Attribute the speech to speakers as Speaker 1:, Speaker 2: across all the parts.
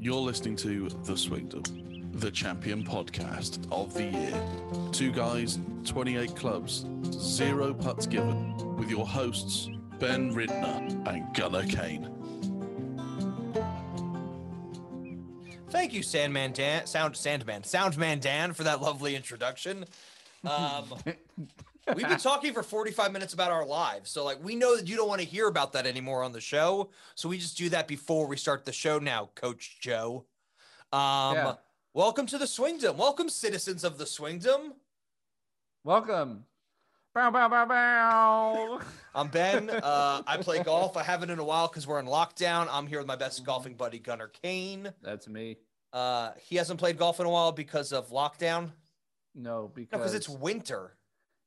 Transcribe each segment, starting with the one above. Speaker 1: You're listening to The Swingdom, the champion podcast of the year. Two guys, 28 clubs, zero putts given, with your hosts, Ben Ridner and Gunnar Kane.
Speaker 2: Thank you, Sandman Dan, Sound Sandman, Soundman Dan, for that lovely introduction. Um, we've been talking for 45 minutes about our lives, so like we know that you don't want to hear about that anymore on the show, so we just do that before we start the show. Now, Coach Joe, um,
Speaker 3: Yeah.
Speaker 2: welcome to the Swingdom. Welcome, citizens of the Swingdom.
Speaker 3: Welcome. Bow, bow, bow, bow.
Speaker 2: I'm Ben. Uh, I play golf. I haven't in a while because we're in lockdown. I'm here with my
Speaker 3: Mm-hmm.
Speaker 2: best golfing buddy, Gunnar Kane.
Speaker 3: That's me.
Speaker 2: Uh, he hasn't played golf in a while because of lockdown.
Speaker 3: No,
Speaker 2: No,
Speaker 3: because
Speaker 2: because it's winter.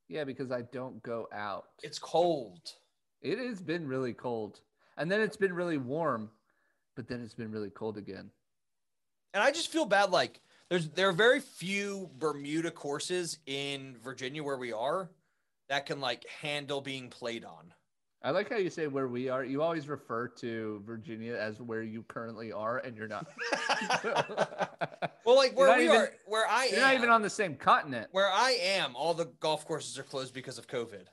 Speaker 3: yeah, because I don't go out.
Speaker 2: It's cold.
Speaker 3: It has been really cold, and then it's been really warm, but then it's been really cold again.
Speaker 2: and I just feel bad. Like there's there are very few Bermuda courses in Virginia where we are that can like handle being played on.
Speaker 3: I like how you say where we are. You always refer to Virginia as where you currently are, and you're not.
Speaker 2: well, like
Speaker 3: You're
Speaker 2: where
Speaker 3: not
Speaker 2: we
Speaker 3: even-
Speaker 2: are, where I
Speaker 3: you're
Speaker 2: am,
Speaker 3: not even on the same continent.
Speaker 2: where I am, all the golf courses are closed because of COVID.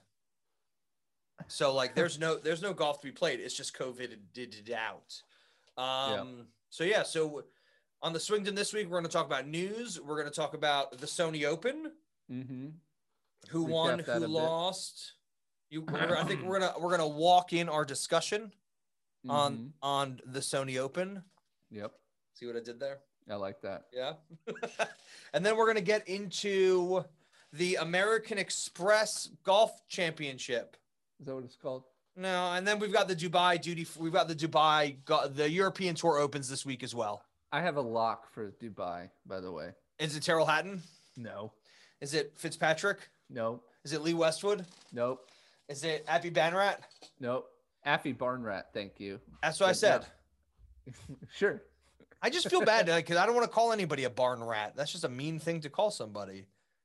Speaker 2: So like there's no there's no golf to be played. It's just COVID did it out. Um so yeah, so on the Swingdom this week, we're gonna talk about news. We're gonna talk about the Sony Open.
Speaker 3: Mm-hmm.
Speaker 2: who
Speaker 3: Recap
Speaker 2: won,
Speaker 3: that
Speaker 2: who
Speaker 3: a bit.
Speaker 2: lost. You, we're- I think we're gonna we're gonna walk in our discussion
Speaker 3: Mm-hmm.
Speaker 2: on on the Sony Open.
Speaker 3: Yep,
Speaker 2: See what I did there?
Speaker 3: I like that.
Speaker 2: Yeah. and then we're gonna get into the American Express Golf Championship.
Speaker 3: Is that what it's called?
Speaker 2: No, and then we've got the Dubai duty. We've got the Dubai, go- the European Tour opens this week as well.
Speaker 3: I have a lock for Dubai, by the way.
Speaker 2: Is it Terrell Hatton?
Speaker 3: No,
Speaker 2: Is it Fitzpatrick?
Speaker 3: no,
Speaker 2: Is it Lee Westwood?
Speaker 3: nope.
Speaker 2: Is it Appy Banrat?
Speaker 3: Nope. Affy Barnrat, thank you.
Speaker 2: That's what I
Speaker 3: Yeah.
Speaker 2: said.
Speaker 3: Sure.
Speaker 2: I just feel bad because I don't want to call anybody a barn rat. That's just a mean thing to call somebody.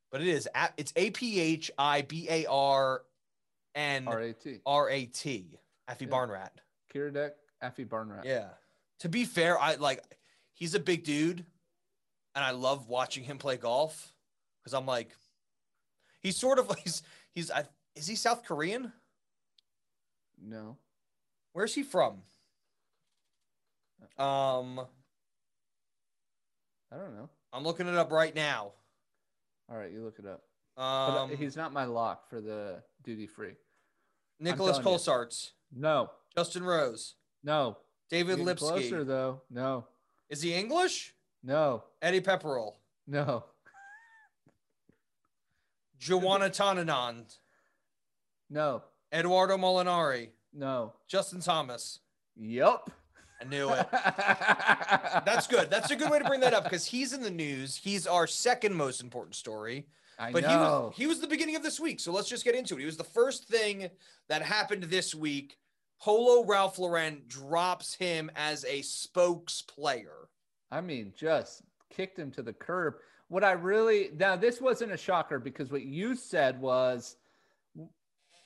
Speaker 2: But it is. a- It's A P H I B A R N
Speaker 3: R A T.
Speaker 2: R A T. Affy
Speaker 3: Yeah.
Speaker 2: barn rat.
Speaker 3: Kiradek, Affy Barnrat.
Speaker 2: Yeah. To be fair, I like. He's a big dude, and I love watching him play golf because I'm like, he's sort of he's he's I, is he South Korean?
Speaker 3: No.
Speaker 2: Where's he from? Um,
Speaker 3: I don't know.
Speaker 2: I'm looking it up right now.
Speaker 3: All right, you look it up. But uh,
Speaker 2: Um,
Speaker 3: he's not my lock for the duty free.
Speaker 2: Nicholas
Speaker 3: telling you.
Speaker 2: Kolsarts.
Speaker 3: No.
Speaker 2: Justin Rose,
Speaker 3: No.
Speaker 2: David
Speaker 3: Getting
Speaker 2: Lipsky.
Speaker 3: Closer though. No.
Speaker 2: Is he English?
Speaker 3: No.
Speaker 2: Eddie Pepperell,
Speaker 3: No.
Speaker 2: Joanna Tananand,
Speaker 3: No.
Speaker 2: Eduardo Molinari,
Speaker 3: No.
Speaker 2: Justin Thomas.
Speaker 3: Yup.
Speaker 2: I knew it.
Speaker 3: That's
Speaker 2: That's good. That's a good way to bring that up because he's in the news. He's our second most important story.
Speaker 3: I
Speaker 2: But he
Speaker 3: know.
Speaker 2: was he was the beginning of this week. So let's just get into it. He was the first thing that happened this week. Polo Ralph Lauren drops him as a spokes player.
Speaker 3: I mean, just kicked him to the curb. What I really now this wasn't a shocker because what you said was,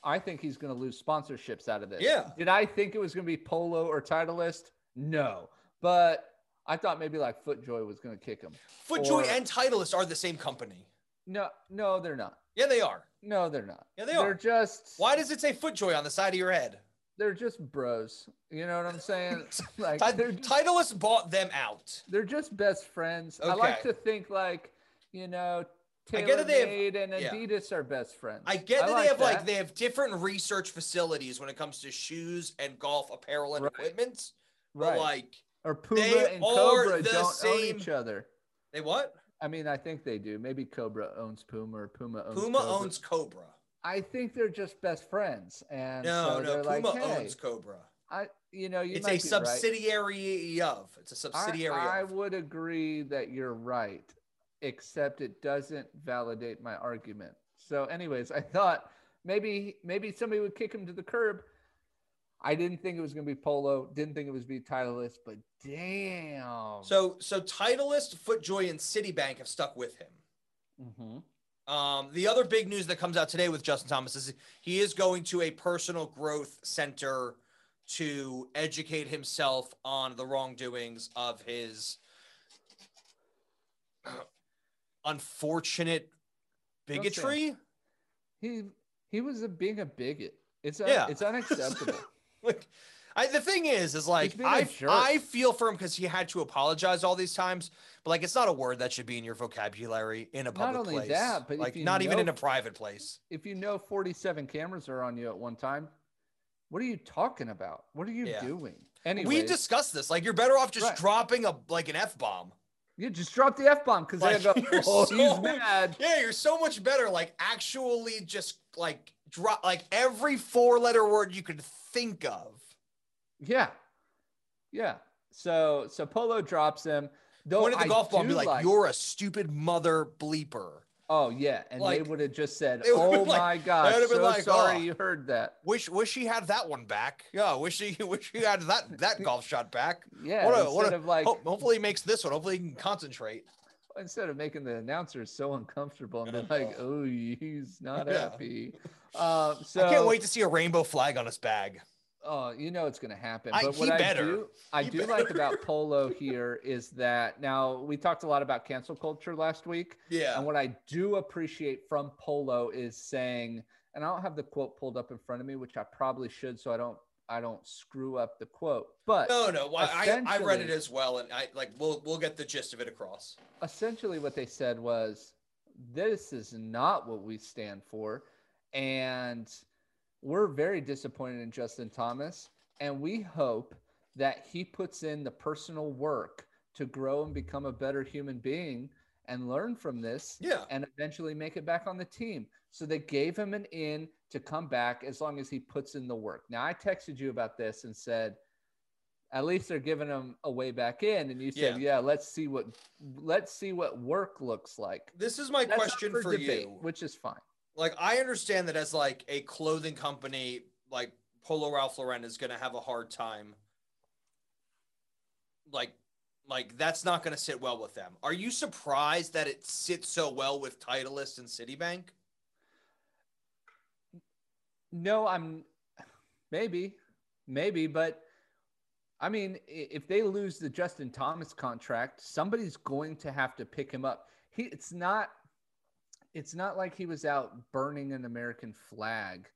Speaker 3: I think he's going to lose sponsorships out of this.
Speaker 2: Yeah.
Speaker 3: Did I think it was going to be Polo or Titleist? No, but I thought maybe like Footjoy was going to kick him.
Speaker 2: Footjoy
Speaker 3: Or-
Speaker 2: and Titleist are the same company.
Speaker 3: No, no, they're not.
Speaker 2: Yeah, they are.
Speaker 3: No, they're not.
Speaker 2: Yeah, they
Speaker 3: They're
Speaker 2: are.
Speaker 3: just
Speaker 2: Why does it say Footjoy on the side of your head?
Speaker 3: they're just bros. You know what I'm saying? like
Speaker 2: Ti-
Speaker 3: they're
Speaker 2: Titleist bought them out.
Speaker 3: they're just best friends. I like
Speaker 2: Okay.
Speaker 3: to think like, you
Speaker 2: I
Speaker 3: know, Taylor
Speaker 2: get that they have-
Speaker 3: Made and
Speaker 2: yeah.
Speaker 3: Adidas are best friends.
Speaker 2: I get that they have like
Speaker 3: that.
Speaker 2: they have different research facilities when it comes to shoes and golf apparel and
Speaker 3: Right.
Speaker 2: equipment, but
Speaker 3: right.
Speaker 2: like
Speaker 3: or Puma
Speaker 2: they
Speaker 3: and
Speaker 2: are
Speaker 3: Cobra
Speaker 2: the
Speaker 3: don't
Speaker 2: same-
Speaker 3: own each other.
Speaker 2: they what?
Speaker 3: I mean, I think they do. Maybe Cobra owns Puma or Puma owns
Speaker 2: Puma
Speaker 3: Oh, Cobra.
Speaker 2: owns Cobra.
Speaker 3: I think they're just best friends, and
Speaker 2: No,
Speaker 3: so
Speaker 2: no,
Speaker 3: they're like,
Speaker 2: Puma
Speaker 3: hey,
Speaker 2: owns Cobra.
Speaker 3: I, you know, you
Speaker 2: It's
Speaker 3: might
Speaker 2: a
Speaker 3: be right.
Speaker 2: subsidiary of. It's a
Speaker 3: I-
Speaker 2: subsidiary
Speaker 3: I,
Speaker 2: of.
Speaker 3: would agree that you're right, except it doesn't validate my argument. So, anyways, I thought maybe maybe somebody would kick him to the curb. I didn't think it was going to be Polo. Didn't think it was be Titleist, but damn.
Speaker 2: So so Titleist, Footjoy, and Citibank have stuck with him.
Speaker 3: Mhm.
Speaker 2: Um, the other big news that comes out today with Justin Thomas is he is going to a personal growth center to educate himself on the wrongdoings of his unfortunate bigotry.
Speaker 3: He he was a, being a bigot. It's un-
Speaker 2: Yeah.
Speaker 3: it's unacceptable.
Speaker 2: Like, I, the thing is, is like
Speaker 3: being a
Speaker 2: I
Speaker 3: jerk.
Speaker 2: I feel for him because he had to apologize all these times, but like it's not a word that should be in your vocabulary in a
Speaker 3: Not
Speaker 2: public
Speaker 3: only
Speaker 2: place.
Speaker 3: that, but if
Speaker 2: like
Speaker 3: you
Speaker 2: not even
Speaker 3: know-
Speaker 2: in a private place.
Speaker 3: if you know 47 cameras are on you at one time, what are you talking about? What are you
Speaker 2: Yeah.
Speaker 3: doing?
Speaker 2: We
Speaker 3: Anyway,
Speaker 2: discussed this. Like you're better off just
Speaker 3: Right.
Speaker 2: dropping a like an f bomb.
Speaker 3: you just drop the F bomb because
Speaker 2: Like,
Speaker 3: they go,
Speaker 2: you're
Speaker 3: oh,
Speaker 2: so-
Speaker 3: he's mad.
Speaker 2: Yeah, you're so much better. Like actually, just like drop like every four letter word you could think of.
Speaker 3: Yeah. Yeah. So so Polo drops him. Though
Speaker 2: Point at the
Speaker 3: I
Speaker 2: golf ball and be
Speaker 3: do
Speaker 2: like, "You're a stupid mother bleeper."
Speaker 3: Oh yeah. And
Speaker 2: like-
Speaker 3: they would have just said,
Speaker 2: they would've
Speaker 3: Oh
Speaker 2: been like-
Speaker 3: my god,
Speaker 2: would've been
Speaker 3: so
Speaker 2: like,
Speaker 3: sorry
Speaker 2: "Oh."
Speaker 3: you heard that.
Speaker 2: Wish wish he had that one back. Yeah, wish he wish he had that that golf shot back.
Speaker 3: Yeah.
Speaker 2: What a-
Speaker 3: instead
Speaker 2: what a-
Speaker 3: of like
Speaker 2: Ho- hopefully he makes this one. Hopefully he can concentrate.
Speaker 3: instead of making the announcers so uncomfortable and then like, oh he's not
Speaker 2: Yeah.
Speaker 3: happy. Uh, so
Speaker 2: I can't wait to see a rainbow flag on his bag.
Speaker 3: Oh, you know it's going to happen.
Speaker 2: I-
Speaker 3: But
Speaker 2: he
Speaker 3: what I
Speaker 2: better.
Speaker 3: do, I
Speaker 2: He
Speaker 3: do like about Polo here is that now we talked a lot about cancel culture last week,
Speaker 2: Yeah.
Speaker 3: and what I do appreciate from Polo is saying, and I don't have the quote pulled up in front of me, which I probably should, so I don't, I don't screw up the quote. But
Speaker 2: No, no. I, I read it
Speaker 3: Essentially-
Speaker 2: as well, and I like we'll we'll get the gist of it across.
Speaker 3: essentially what they said was this is not what we stand for and we're very disappointed in Justin Thomas and we hope that he puts in the personal work to grow and become a better human being and learn from this
Speaker 2: Yeah.
Speaker 3: and eventually make it back on the team. So they gave him an in to come back as long as he puts in the work. Now I texted you about this and said, at least they're giving him a way back in. And you said, yeah, let's see what let's see what work looks like.
Speaker 2: This is my
Speaker 3: That's up
Speaker 2: question for
Speaker 3: debate,
Speaker 2: you.
Speaker 3: which is fine.
Speaker 2: like I understand that as like a clothing company, like Polo Ralph Lauren is going to have a hard time. Like, like that's not going to sit well with them. Are you surprised that it sits so well with Titleist and Citibank?
Speaker 3: No, I'm maybe, maybe, but I mean, i- if they lose the Justin Thomas contract, somebody's going to have to pick him up. He, it's not, it's not like he was out burning an American flag.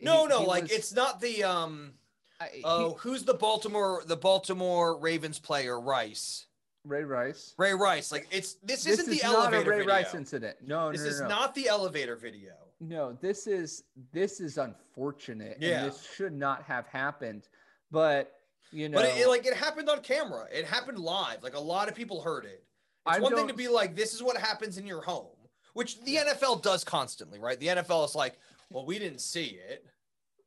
Speaker 2: No,
Speaker 3: He-
Speaker 2: no,
Speaker 3: he
Speaker 2: like
Speaker 3: was-
Speaker 2: it's not the um.
Speaker 3: I- he-
Speaker 2: Oh, who's the Baltimore the Baltimore Ravens player Rice
Speaker 3: Ray Rice.
Speaker 2: Ray Rice? Like it's this, isn't the
Speaker 3: is not a
Speaker 2: elevator
Speaker 3: Ray
Speaker 2: video.
Speaker 3: Rice incident. No,
Speaker 2: this
Speaker 3: no, no,
Speaker 2: is
Speaker 3: no.
Speaker 2: not the elevator video.
Speaker 3: No, this is this is unfortunate.
Speaker 2: Yeah.
Speaker 3: and this should not have happened. But you know,
Speaker 2: But it, it, like it happened on camera. It happened live. Like a lot of people heard it. It's
Speaker 3: I
Speaker 2: one thing
Speaker 3: don't-
Speaker 2: to be like, this is what happens in your home, which the NFL does constantly, right? The NFL is like, well, we didn't see it.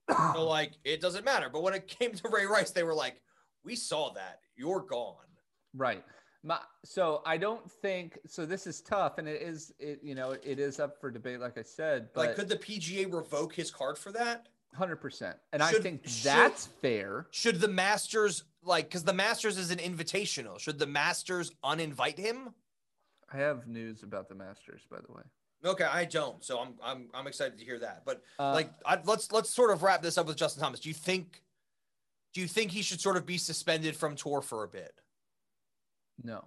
Speaker 2: So like it doesn't matter. But when it came to Ray Rice, they were like, We saw that. You're gone.
Speaker 3: Right. My, so I don't think so. This is tough, and it is it you know it is up for debate, like I said.
Speaker 2: like,
Speaker 3: But
Speaker 2: could the PGA revoke his card for that?
Speaker 3: hundred percent, and I
Speaker 2: should-
Speaker 3: think
Speaker 2: should-
Speaker 3: that's fair.
Speaker 2: Should the Masters like because the Masters is an invitational? Should the Masters uninvite him?
Speaker 3: I have news about the Masters, by the way.
Speaker 2: Okay, I don't. So I'm I'm I'm excited to hear that. But
Speaker 3: Uh,
Speaker 2: like I, let's let's sort of wrap this up with Justin Thomas. Do you think do you think he should sort of be suspended from tour for a bit?
Speaker 3: no,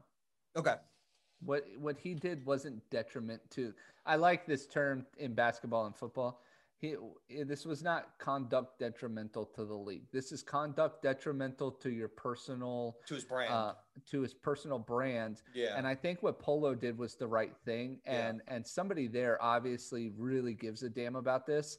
Speaker 2: Okay.
Speaker 3: what what he did wasn't detriment to. I like this term in basketball and football. He this was not conduct detrimental to the league. This is conduct detrimental to your personal
Speaker 2: To his brand.
Speaker 3: uh, to his personal brand
Speaker 2: yeah.
Speaker 3: And I think what Polo did was the right thing.
Speaker 2: Yeah.
Speaker 3: And and somebody there obviously really gives a damn about this.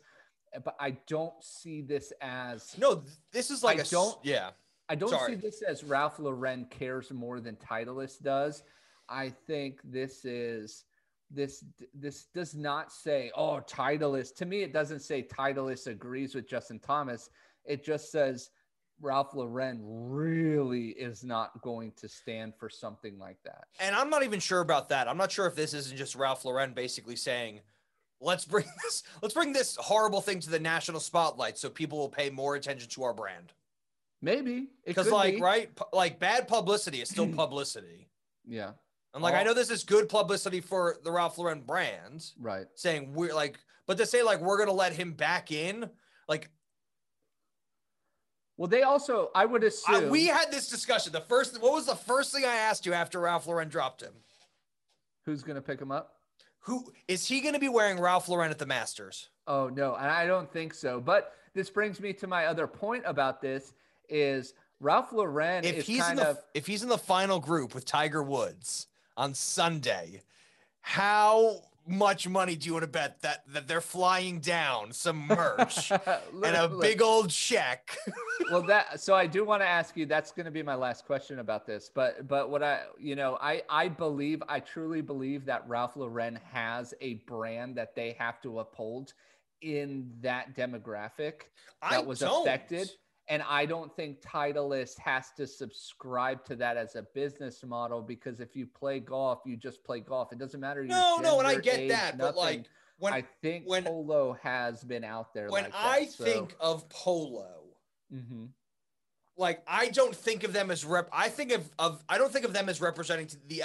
Speaker 3: But I don't see this as
Speaker 2: no, th- this is like
Speaker 3: I
Speaker 2: a s-
Speaker 3: don't-
Speaker 2: yeah.
Speaker 3: I don't
Speaker 2: sorry.
Speaker 3: see this as Ralph Lauren cares more than Titleist does. I think this is this this does not say oh Titleist. To me, it doesn't say Titleist agrees with Justin Thomas. It just says Ralph Lauren really is not going to stand for something like that.
Speaker 2: And I'm not even sure about that. I'm not sure if this isn't just Ralph Lauren basically saying, "Let's bring this let's bring this horrible thing to the national spotlight so people will pay more attention to our brand."
Speaker 3: Maybe It
Speaker 2: Cuz
Speaker 3: could
Speaker 2: like,
Speaker 3: be.
Speaker 2: right? Pu- like bad publicity is still publicity.
Speaker 3: yeah
Speaker 2: And like I
Speaker 3: Oh.
Speaker 2: know this is good publicity for the Ralph Lauren brand.
Speaker 3: right.
Speaker 2: saying we're like, but to say like we're gonna let him back in, like
Speaker 3: Well, they also, I would
Speaker 2: I- Uh,
Speaker 3: assume.
Speaker 2: we had this discussion. The first, what was the first thing I asked you after Ralph Lauren dropped him?
Speaker 3: who's going to pick him up?
Speaker 2: Who is he going to be wearing Ralph Lauren at the Masters?
Speaker 3: Oh no, and I don't think so. But this brings me to my other point about this: is Ralph Lauren
Speaker 2: If
Speaker 3: is
Speaker 2: he's in
Speaker 3: kind
Speaker 2: the
Speaker 3: of
Speaker 2: if he's in the final group with Tiger Woods on Sunday, how much money do you want to bet that that they're flying down some merch and a
Speaker 3: Look,
Speaker 2: big old check?
Speaker 3: well that so i do want to ask you that's going to be my last question about this but but what i you know i i believe i truly believe that ralph lauren has a brand that they have to uphold in that demographic
Speaker 2: I
Speaker 3: that was
Speaker 2: don't.
Speaker 3: affected and i don't think titleist has to subscribe to that as a business model because if you play golf you just play golf it doesn't matter your
Speaker 2: No, no, and I
Speaker 3: gender,
Speaker 2: get
Speaker 3: age,
Speaker 2: that, but
Speaker 3: nothing.
Speaker 2: like when
Speaker 3: i think
Speaker 2: when-
Speaker 3: polo has been out there
Speaker 2: when
Speaker 3: like that,
Speaker 2: I
Speaker 3: so-
Speaker 2: think of polo,
Speaker 3: Mhm.
Speaker 2: like I don't think of them as rep. I think of, of I don't think of them as representing the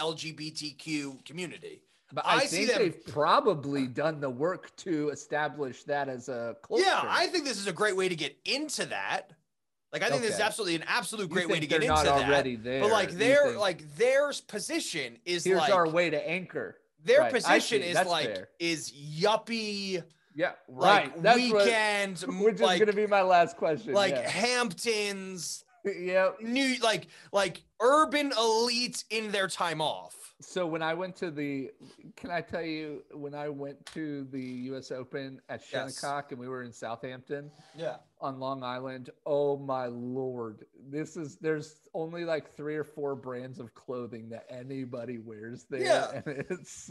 Speaker 2: LGBTQ community.
Speaker 3: But
Speaker 2: I
Speaker 3: I,
Speaker 2: see
Speaker 3: think
Speaker 2: them-
Speaker 3: they've probably done the work to establish that as a culture.
Speaker 2: Yeah, I think this is a great way to get into that. Like I think this is
Speaker 3: Okay.
Speaker 2: absolutely an absolute
Speaker 3: You
Speaker 2: great way
Speaker 3: think
Speaker 2: to get
Speaker 3: they're
Speaker 2: into
Speaker 3: not
Speaker 2: that.
Speaker 3: already there.
Speaker 2: But like
Speaker 3: You
Speaker 2: their
Speaker 3: think,
Speaker 2: like their position is
Speaker 3: here's
Speaker 2: like
Speaker 3: our way to anchor.
Speaker 2: their
Speaker 3: Right, I
Speaker 2: position
Speaker 3: see,
Speaker 2: is
Speaker 3: that's
Speaker 2: like
Speaker 3: fair.
Speaker 2: is yuppie
Speaker 3: Yeah,
Speaker 2: like
Speaker 3: right. That's
Speaker 2: weekend
Speaker 3: what, which is
Speaker 2: like,
Speaker 3: gonna be my last question.
Speaker 2: like
Speaker 3: yeah.
Speaker 2: Hamptons
Speaker 3: Yep.
Speaker 2: new like like urban elite in their time off.
Speaker 3: So when I went to the, can I tell you when I went to the U.S. Open at
Speaker 2: Yes.
Speaker 3: Shinnecock and we were in Southampton
Speaker 2: Yeah.
Speaker 3: on Long Island? Oh my lord! This is there's only like three or four brands of clothing that anybody wears there,
Speaker 2: Yeah.
Speaker 3: and it's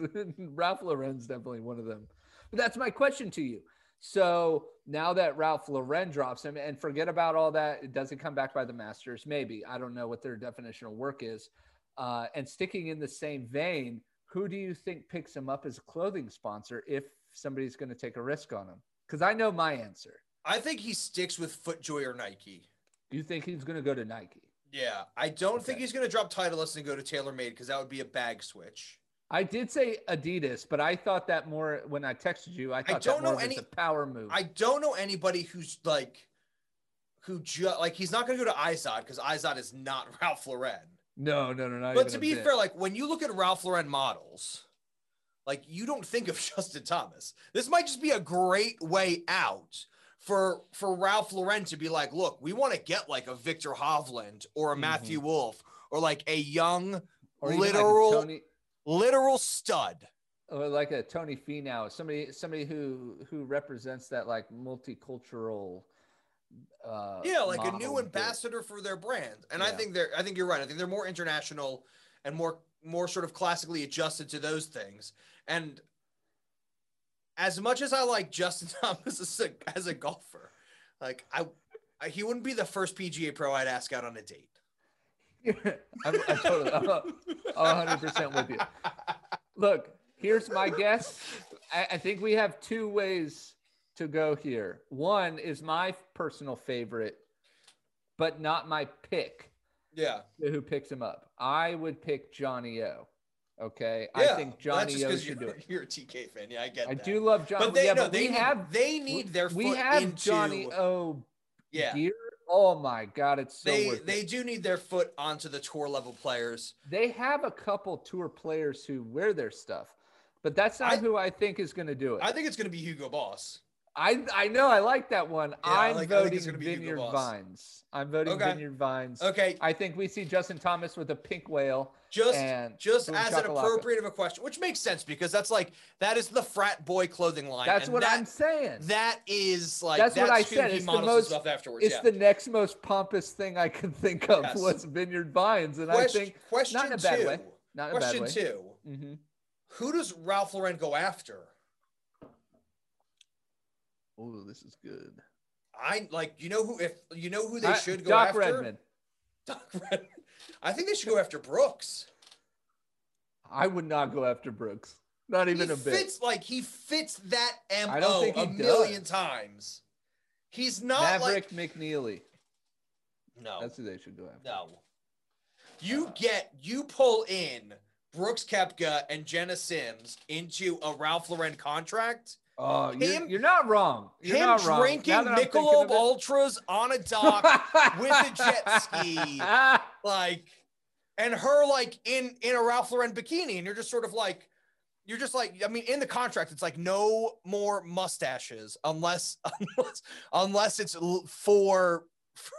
Speaker 3: Ralph Lauren's definitely one of them. But that's my question to you. So now that Ralph Lauren drops him, and forget about all that, it doesn't come back by the Masters. Maybe I don't know what their definition of work is. Uh, and sticking in the same vein, who do you think picks him up as a clothing sponsor if somebody's going to take a risk on him? Because I know my answer.
Speaker 2: I think he sticks with FootJoy or Nike.
Speaker 3: You think he's going to go to Nike?
Speaker 2: Yeah, I don't think
Speaker 3: Okay.
Speaker 2: he's going to drop Titleist and go to TaylorMade because that would be a bag switch.
Speaker 3: I did say Adidas, but I thought that more when I texted you. I thought
Speaker 2: don't
Speaker 3: that more
Speaker 2: know
Speaker 3: of
Speaker 2: any-
Speaker 3: it's a power move.
Speaker 2: I don't know anybody who's like, who just like he's not going to go to Izod because Izod is not Ralph Lauren.
Speaker 3: no, no, no, no.
Speaker 2: But to be fair, like when you look at Ralph Lauren models, like you don't think of Justin Thomas. This might just be a great way out for for Ralph Lauren to be like, look, we want to get like a Victor Hovland or a
Speaker 3: Mhm.
Speaker 2: Matthew Wolf or like a young literal-
Speaker 3: like a Tony,
Speaker 2: literal stud.
Speaker 3: or like a Tony Finau, somebody, somebody who who represents that like multicultural. Uh,
Speaker 2: yeah like a
Speaker 3: model
Speaker 2: new
Speaker 3: here.
Speaker 2: ambassador for their brand and i
Speaker 3: Yeah.
Speaker 2: think they're i think you're right i think they're more international and more more sort of classically adjusted to those things and as much as i like justin thomas as a, as a golfer like I, I he wouldn't be the first pga pro i'd ask out on a date
Speaker 3: I'm, I'm totally, I'm a- I'm 100% with you. Look, here's my guess. I, I think we have two ways to go here. One is my personal favorite, but not my pick.
Speaker 2: yeah
Speaker 3: Who picks him up? I would pick Johnny O. Okay,
Speaker 2: Yeah.
Speaker 3: I think
Speaker 2: Well, that's
Speaker 3: Johnny
Speaker 2: just
Speaker 3: O
Speaker 2: 'cause
Speaker 3: should do
Speaker 2: you're,
Speaker 3: it.
Speaker 2: you're a tk fan yeah i get
Speaker 3: I
Speaker 2: that
Speaker 3: do love Johnny.
Speaker 2: but they
Speaker 3: yeah,
Speaker 2: no,
Speaker 3: but
Speaker 2: they
Speaker 3: we
Speaker 2: need,
Speaker 3: have
Speaker 2: they need their
Speaker 3: we
Speaker 2: foot
Speaker 3: have
Speaker 2: into
Speaker 3: Johnny O.
Speaker 2: yeah
Speaker 3: gear. Oh my God, it's so
Speaker 2: they
Speaker 3: worth it.
Speaker 2: they do need their foot onto the tour level players
Speaker 3: They have a couple tour players who wear their stuff, but that's not
Speaker 2: I-
Speaker 3: who I think is going to do it.
Speaker 2: I think it's going to be Hugo Boss.
Speaker 3: I I know I like that one.
Speaker 2: I
Speaker 3: I'm
Speaker 2: like- I think
Speaker 3: voting
Speaker 2: it's gonna be Hugo
Speaker 3: Vineyard
Speaker 2: Boss.
Speaker 3: Vines. I'm voting
Speaker 2: Okay.
Speaker 3: Vineyard Vines.
Speaker 2: Okay,
Speaker 3: I think we see Justin Thomas with a pink whale.
Speaker 2: just
Speaker 3: and
Speaker 2: just
Speaker 3: boom
Speaker 2: as an
Speaker 3: shakalaka.
Speaker 2: appropriate of a question, which makes sense because that's like that is the frat boy clothing line.
Speaker 3: That's
Speaker 2: and
Speaker 3: what
Speaker 2: that-
Speaker 3: I'm saying.
Speaker 2: That is like
Speaker 3: That's what I
Speaker 2: who
Speaker 3: said,
Speaker 2: He
Speaker 3: it's the
Speaker 2: models
Speaker 3: most-
Speaker 2: his stuff afterwards.
Speaker 3: it's
Speaker 2: yeah.
Speaker 3: the next most pompous thing I could think of
Speaker 2: Yes.
Speaker 3: was Vineyard Vines, and
Speaker 2: question,
Speaker 3: I think
Speaker 2: question
Speaker 3: not in a bad
Speaker 2: two.
Speaker 3: way, not in a bad
Speaker 2: question
Speaker 3: way.
Speaker 2: two:
Speaker 3: Mhm.
Speaker 2: Who does Ralph Lauren go after?
Speaker 3: Oh, this is good.
Speaker 2: I like you know who if you know who they
Speaker 3: I-
Speaker 2: should go
Speaker 3: Doc
Speaker 2: after.
Speaker 3: Redman.
Speaker 2: Doc Redman. I think they should go after Brooks.
Speaker 3: I would not go after Brooks. Not even
Speaker 2: he
Speaker 3: a bit.
Speaker 2: fits like he fits that mo
Speaker 3: I don't think
Speaker 2: a
Speaker 3: he
Speaker 2: million
Speaker 3: does.
Speaker 2: times. He's not like
Speaker 3: Maverick McNeely.
Speaker 2: no.
Speaker 3: That's who they should go after.
Speaker 2: Oh. No. You get you pull in Brooks Kepka and Jenna Sims into a Ralph Lauren contract.
Speaker 3: Oh, you're,
Speaker 2: Him-
Speaker 3: you're not wrong. You're
Speaker 2: Him
Speaker 3: not wrong.
Speaker 2: drinking
Speaker 3: Now that I'm thinking
Speaker 2: Michelob
Speaker 3: of it-
Speaker 2: Ultras on a dock, with a jet ski. like, and her like in in a Ralph Lauren bikini, and you're just sort of like, you're just like, I mean, in the contract, it's like no more mustaches unless unless unless it's l- for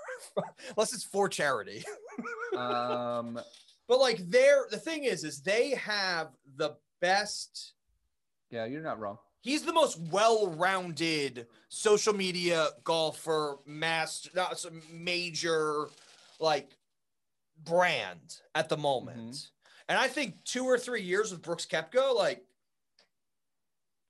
Speaker 2: unless it's for charity.
Speaker 3: um,
Speaker 2: But like, they're the thing is, is they have the best.
Speaker 3: yeah, you're not wrong.
Speaker 2: He's the most well-rounded social media golfer, master, not some major like brand at the moment. And I think two or three years with Brooks Kepko, like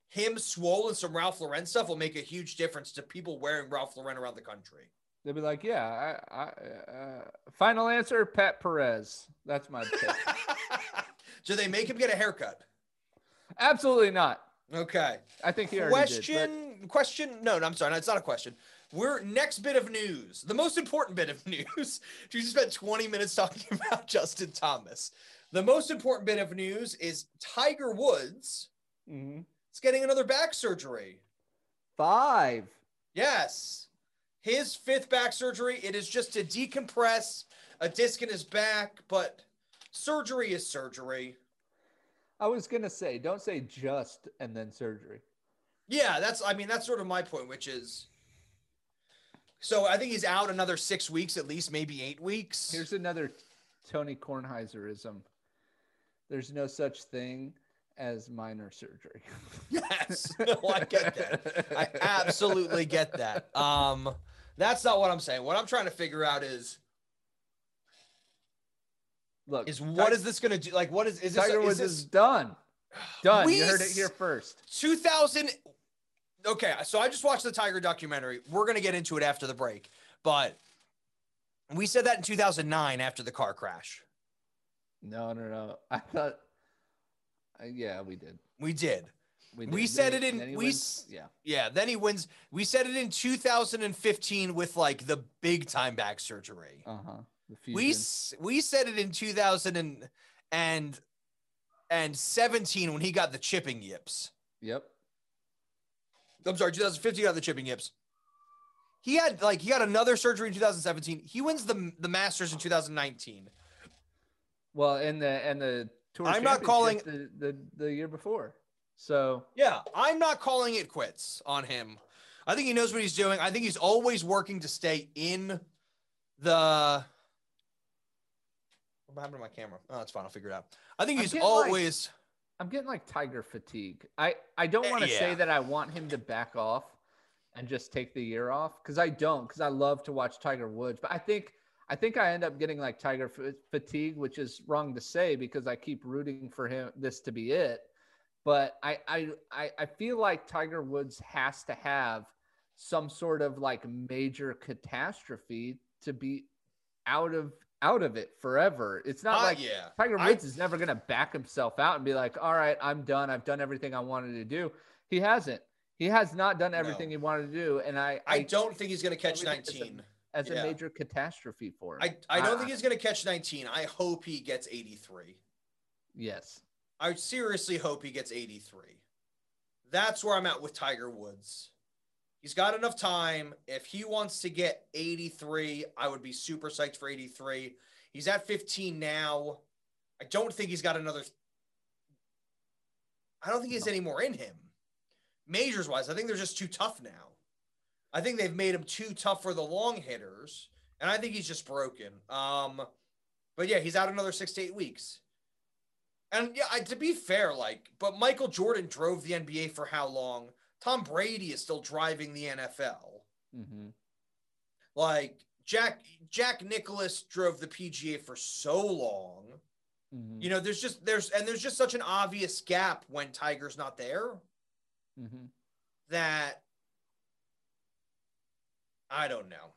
Speaker 2: him swollen some Ralph Lauren stuff will make a huge difference to people wearing Ralph Lauren around the country.
Speaker 3: They'd be like, yeah. I, I, uh, final answer: Pat Perez. That's my pick.
Speaker 2: Do they make him get a haircut?
Speaker 3: Absolutely not.
Speaker 2: Okay.
Speaker 3: I think he already did. but-
Speaker 2: question question no, no i'm sorry no, it's not a question we're next bit of news the most important bit of news we just spent 20 minutes talking about justin thomas the most important bit of news is tiger woods
Speaker 3: Mhm.
Speaker 2: is getting another back surgery
Speaker 3: Five.
Speaker 2: yes his fifth back surgery it is just to decompress a disc in his back but surgery is surgery
Speaker 3: I was gonna say, don't say just and then surgery.
Speaker 2: Yeah, that's I mean that's sort of my point, which is so I think he's out another six weeks at least, maybe eight weeks.
Speaker 3: Here's another Tony Kornheiserism. There's no such thing as minor surgery.
Speaker 2: yes, no, I get that. I absolutely get that. Um, that's not what I'm saying. What I'm trying to figure out is
Speaker 3: Look,
Speaker 2: is
Speaker 3: Ti-
Speaker 2: what is this going to do? Like, what is is this?
Speaker 3: Tiger
Speaker 2: is
Speaker 3: Woods
Speaker 2: this
Speaker 3: is done. Done.
Speaker 2: We
Speaker 3: you heard it
Speaker 2: s-
Speaker 3: here first.
Speaker 2: 2000 okay so i just watched the tiger documentary we're gonna get into it after the break but we said that in 2009 after the car crash
Speaker 3: No, no, no. I thought. Uh, yeah, we did.
Speaker 2: we did
Speaker 3: We,
Speaker 2: We
Speaker 3: did.
Speaker 2: said it
Speaker 3: Then he-
Speaker 2: in-
Speaker 3: then he
Speaker 2: we
Speaker 3: went-
Speaker 2: s-
Speaker 3: yeah.
Speaker 2: Yeah, then he wins. We said it in 2015 with like the big time back surgery.
Speaker 3: Uh huh.
Speaker 2: we s- we said it in 2000 and and and 17 when he got the chipping yips.
Speaker 3: Yep.
Speaker 2: I'm sorry, 2015 he got the chipping yips. He had like he got another surgery in 2017. He wins the the Masters in 2019.
Speaker 3: Well, and the and the tour.
Speaker 2: I'm not
Speaker 3: championship
Speaker 2: calling-
Speaker 3: the, the the year before. So
Speaker 2: Yeah, I'm not calling it quits on him. I think he knows what he's doing. I think he's always working to stay in the. What happened to my camera? Oh, that's fine. I'll figure it out. I think
Speaker 3: I'm
Speaker 2: he's
Speaker 3: getting, like-
Speaker 2: always.
Speaker 3: I'm getting like Tiger fatigue. I I don't
Speaker 2: Eh,
Speaker 3: want to say
Speaker 2: yeah.
Speaker 3: that I want him to back off and just take the year off because I don't because I love to watch Tiger Woods, but I think I think I end up getting like Tiger fa- fatigue, which is wrong to say because I keep rooting for him this to be it. But I I I, I feel like Tiger Woods has to have some sort of like major catastrophe to be out of out of it forever. It's not
Speaker 2: Ah,
Speaker 3: like
Speaker 2: yeah.
Speaker 3: Tiger
Speaker 2: I-
Speaker 3: Woods is never going to back himself out and be like, all right, I'm done. I've done everything I wanted to do. He hasn't. He has not done everything
Speaker 2: No.
Speaker 3: he wanted to do. And I,
Speaker 2: I don't think he's going to catch
Speaker 3: Everything is a-
Speaker 2: 19.
Speaker 3: as a
Speaker 2: yeah.
Speaker 3: major catastrophe for him.
Speaker 2: I, I don't
Speaker 3: I-
Speaker 2: think he's going to catch 19. I hope he gets 83.
Speaker 3: yes.
Speaker 2: I seriously hope he gets 83. That's where I'm at with Tiger Woods. He's got enough time. If he wants to get 83, I would be super psyched for 83. He's at 15 now. I don't think he's got another. I don't think he's any more in him. Majors wise, I think they're just too tough now. I think they've made him too tough for the long hitters, and I think he's just broken. Um, but yeah, he's out another six to eight weeks. And yeah, I, to be fair, like, but Michael Jordan drove the NBA for how long? Tom Brady is still driving the NFL.
Speaker 3: hmm
Speaker 2: Like Jack Jack Nicholas drove the PGA for so long.
Speaker 3: hmm
Speaker 2: You know, there's just there's and there's just such an obvious gap when Tiger's not there
Speaker 3: hmm
Speaker 2: that I don't know.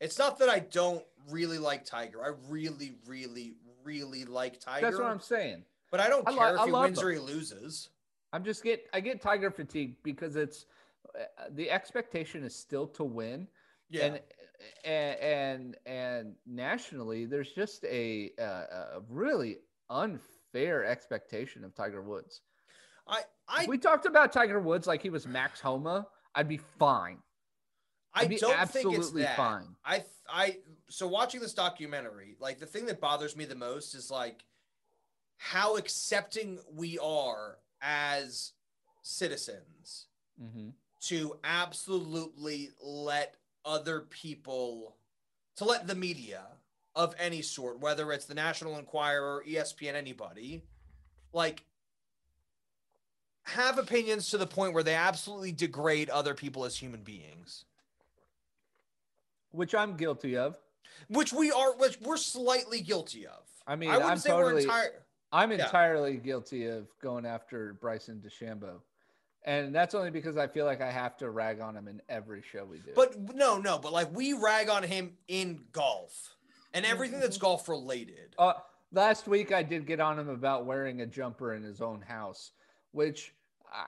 Speaker 2: It's not that I don't really like Tiger. I really, really, really like Tiger.
Speaker 3: That's what I'm saying.
Speaker 2: but I don't
Speaker 3: I
Speaker 2: care
Speaker 3: li-
Speaker 2: if
Speaker 3: I
Speaker 2: he
Speaker 3: love
Speaker 2: wins
Speaker 3: him.
Speaker 2: or he loses.
Speaker 3: I'm just get, I get Tiger fatigue because it's uh, the expectation is still to win.
Speaker 2: Yeah.
Speaker 3: and and and and nationally there's just a, uh, a really unfair expectation of tiger woods
Speaker 2: I I
Speaker 3: If we talked about Tiger Woods like he was Max Homa, I'd be fine.
Speaker 2: I
Speaker 3: I'd be
Speaker 2: don't
Speaker 3: absolutely
Speaker 2: think it's that.
Speaker 3: fine.
Speaker 2: I I so watching this documentary, like the thing that bothers me the most is like how accepting we are as citizens
Speaker 3: Mm-hmm.
Speaker 2: to absolutely let other people to let the media of any sort, whether it's the National Enquirer, E ESPN, anybody, like have opinions to the point where they absolutely degrade other people as human beings.
Speaker 3: Which I'm guilty of.
Speaker 2: which we are which we're slightly guilty of
Speaker 3: I mean,
Speaker 2: i wouldn't
Speaker 3: I'm
Speaker 2: say we're
Speaker 3: totally-
Speaker 2: entire
Speaker 3: I'm
Speaker 2: Yeah.
Speaker 3: entirely guilty of going after Bryson DeChambeau, and that's only because I feel like I have to rag on him in every show we do.
Speaker 2: but no no but like we rag on him in golf and everything that's
Speaker 3: Mm-hmm.
Speaker 2: golf related
Speaker 3: Uh, last week I did get on him about wearing a jumper in his own house, which I,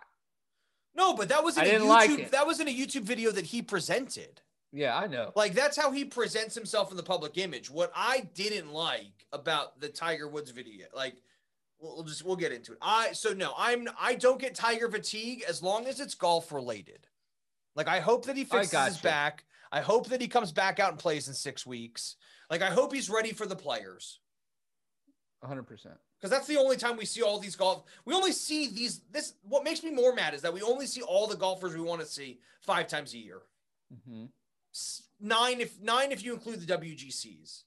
Speaker 2: no but that was in
Speaker 3: I
Speaker 2: a
Speaker 3: didn't
Speaker 2: youtube
Speaker 3: like it.
Speaker 2: that was in a youtube video that he presented
Speaker 3: yeah, I know.
Speaker 2: like that's how he presents himself in the public image what i didn't like about the tiger woods video like we'll, we'll just we'll get into it i so no i'm i don't get tiger fatigue as long as it's golf related like i hope that he
Speaker 3: I
Speaker 2: fixes his
Speaker 3: gotcha.
Speaker 2: back i hope that he comes back out and plays in six weeks like i hope he's ready for the players
Speaker 3: 100. percent
Speaker 2: because that's the only time we see all these golf we only see these this what makes me more mad is that we only see all the golfers we want to see five times a year
Speaker 3: mm-hmm.
Speaker 2: S- nine if nine if you include the wgcs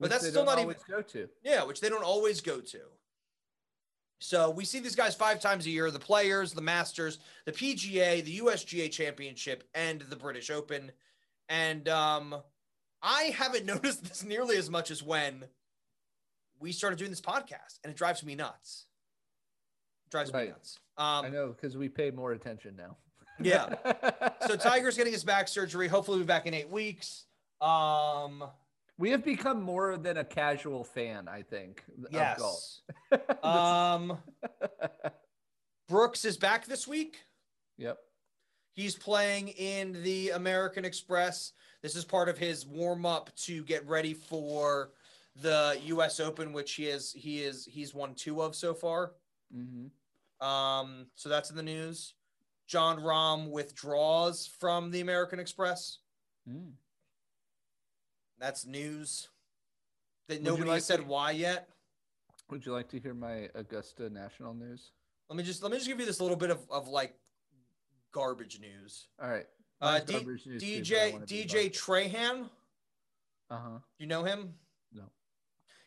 Speaker 2: But that's still not even-
Speaker 3: always go to.
Speaker 2: Yeah, which they don't always go to. So we see these guys five times a year the players, the Masters, the PGA, the USGA Championship, and the British Open. And um, I haven't noticed this nearly as much as when we started doing this podcast, and it drives me nuts. drives me
Speaker 3: Right.
Speaker 2: nuts. Um,
Speaker 3: I know because we pay more attention now.
Speaker 2: Yeah. so Tiger's getting his back surgery. Hopefully, we'll be back in eight weeks. Um,
Speaker 3: we have become more than a casual fan, I think. Of golf.
Speaker 2: yes. Um, Brooks is back this week.
Speaker 3: yep.
Speaker 2: He's playing in the American Express. This is part of his warm up to get ready for the U.S. Open, which he is he is he's won two of so far.
Speaker 3: hmm
Speaker 2: Um, so that's in the news. John Rahm withdraws from the American Express.
Speaker 3: Mm.
Speaker 2: That's news that
Speaker 3: Would you
Speaker 2: nobody
Speaker 3: like
Speaker 2: has said
Speaker 3: to-
Speaker 2: why yet.
Speaker 3: Would you like to hear my Augusta national news?
Speaker 2: Let me just let me just give you this little bit of of like garbage news.
Speaker 3: All right.
Speaker 2: Uh,
Speaker 3: Mine's
Speaker 2: D-
Speaker 3: garbage news too, but I
Speaker 2: DJ
Speaker 3: wanna be
Speaker 2: DJ
Speaker 3: garbage.
Speaker 2: Trahan.
Speaker 3: Uh-huh.
Speaker 2: You know him?
Speaker 3: No.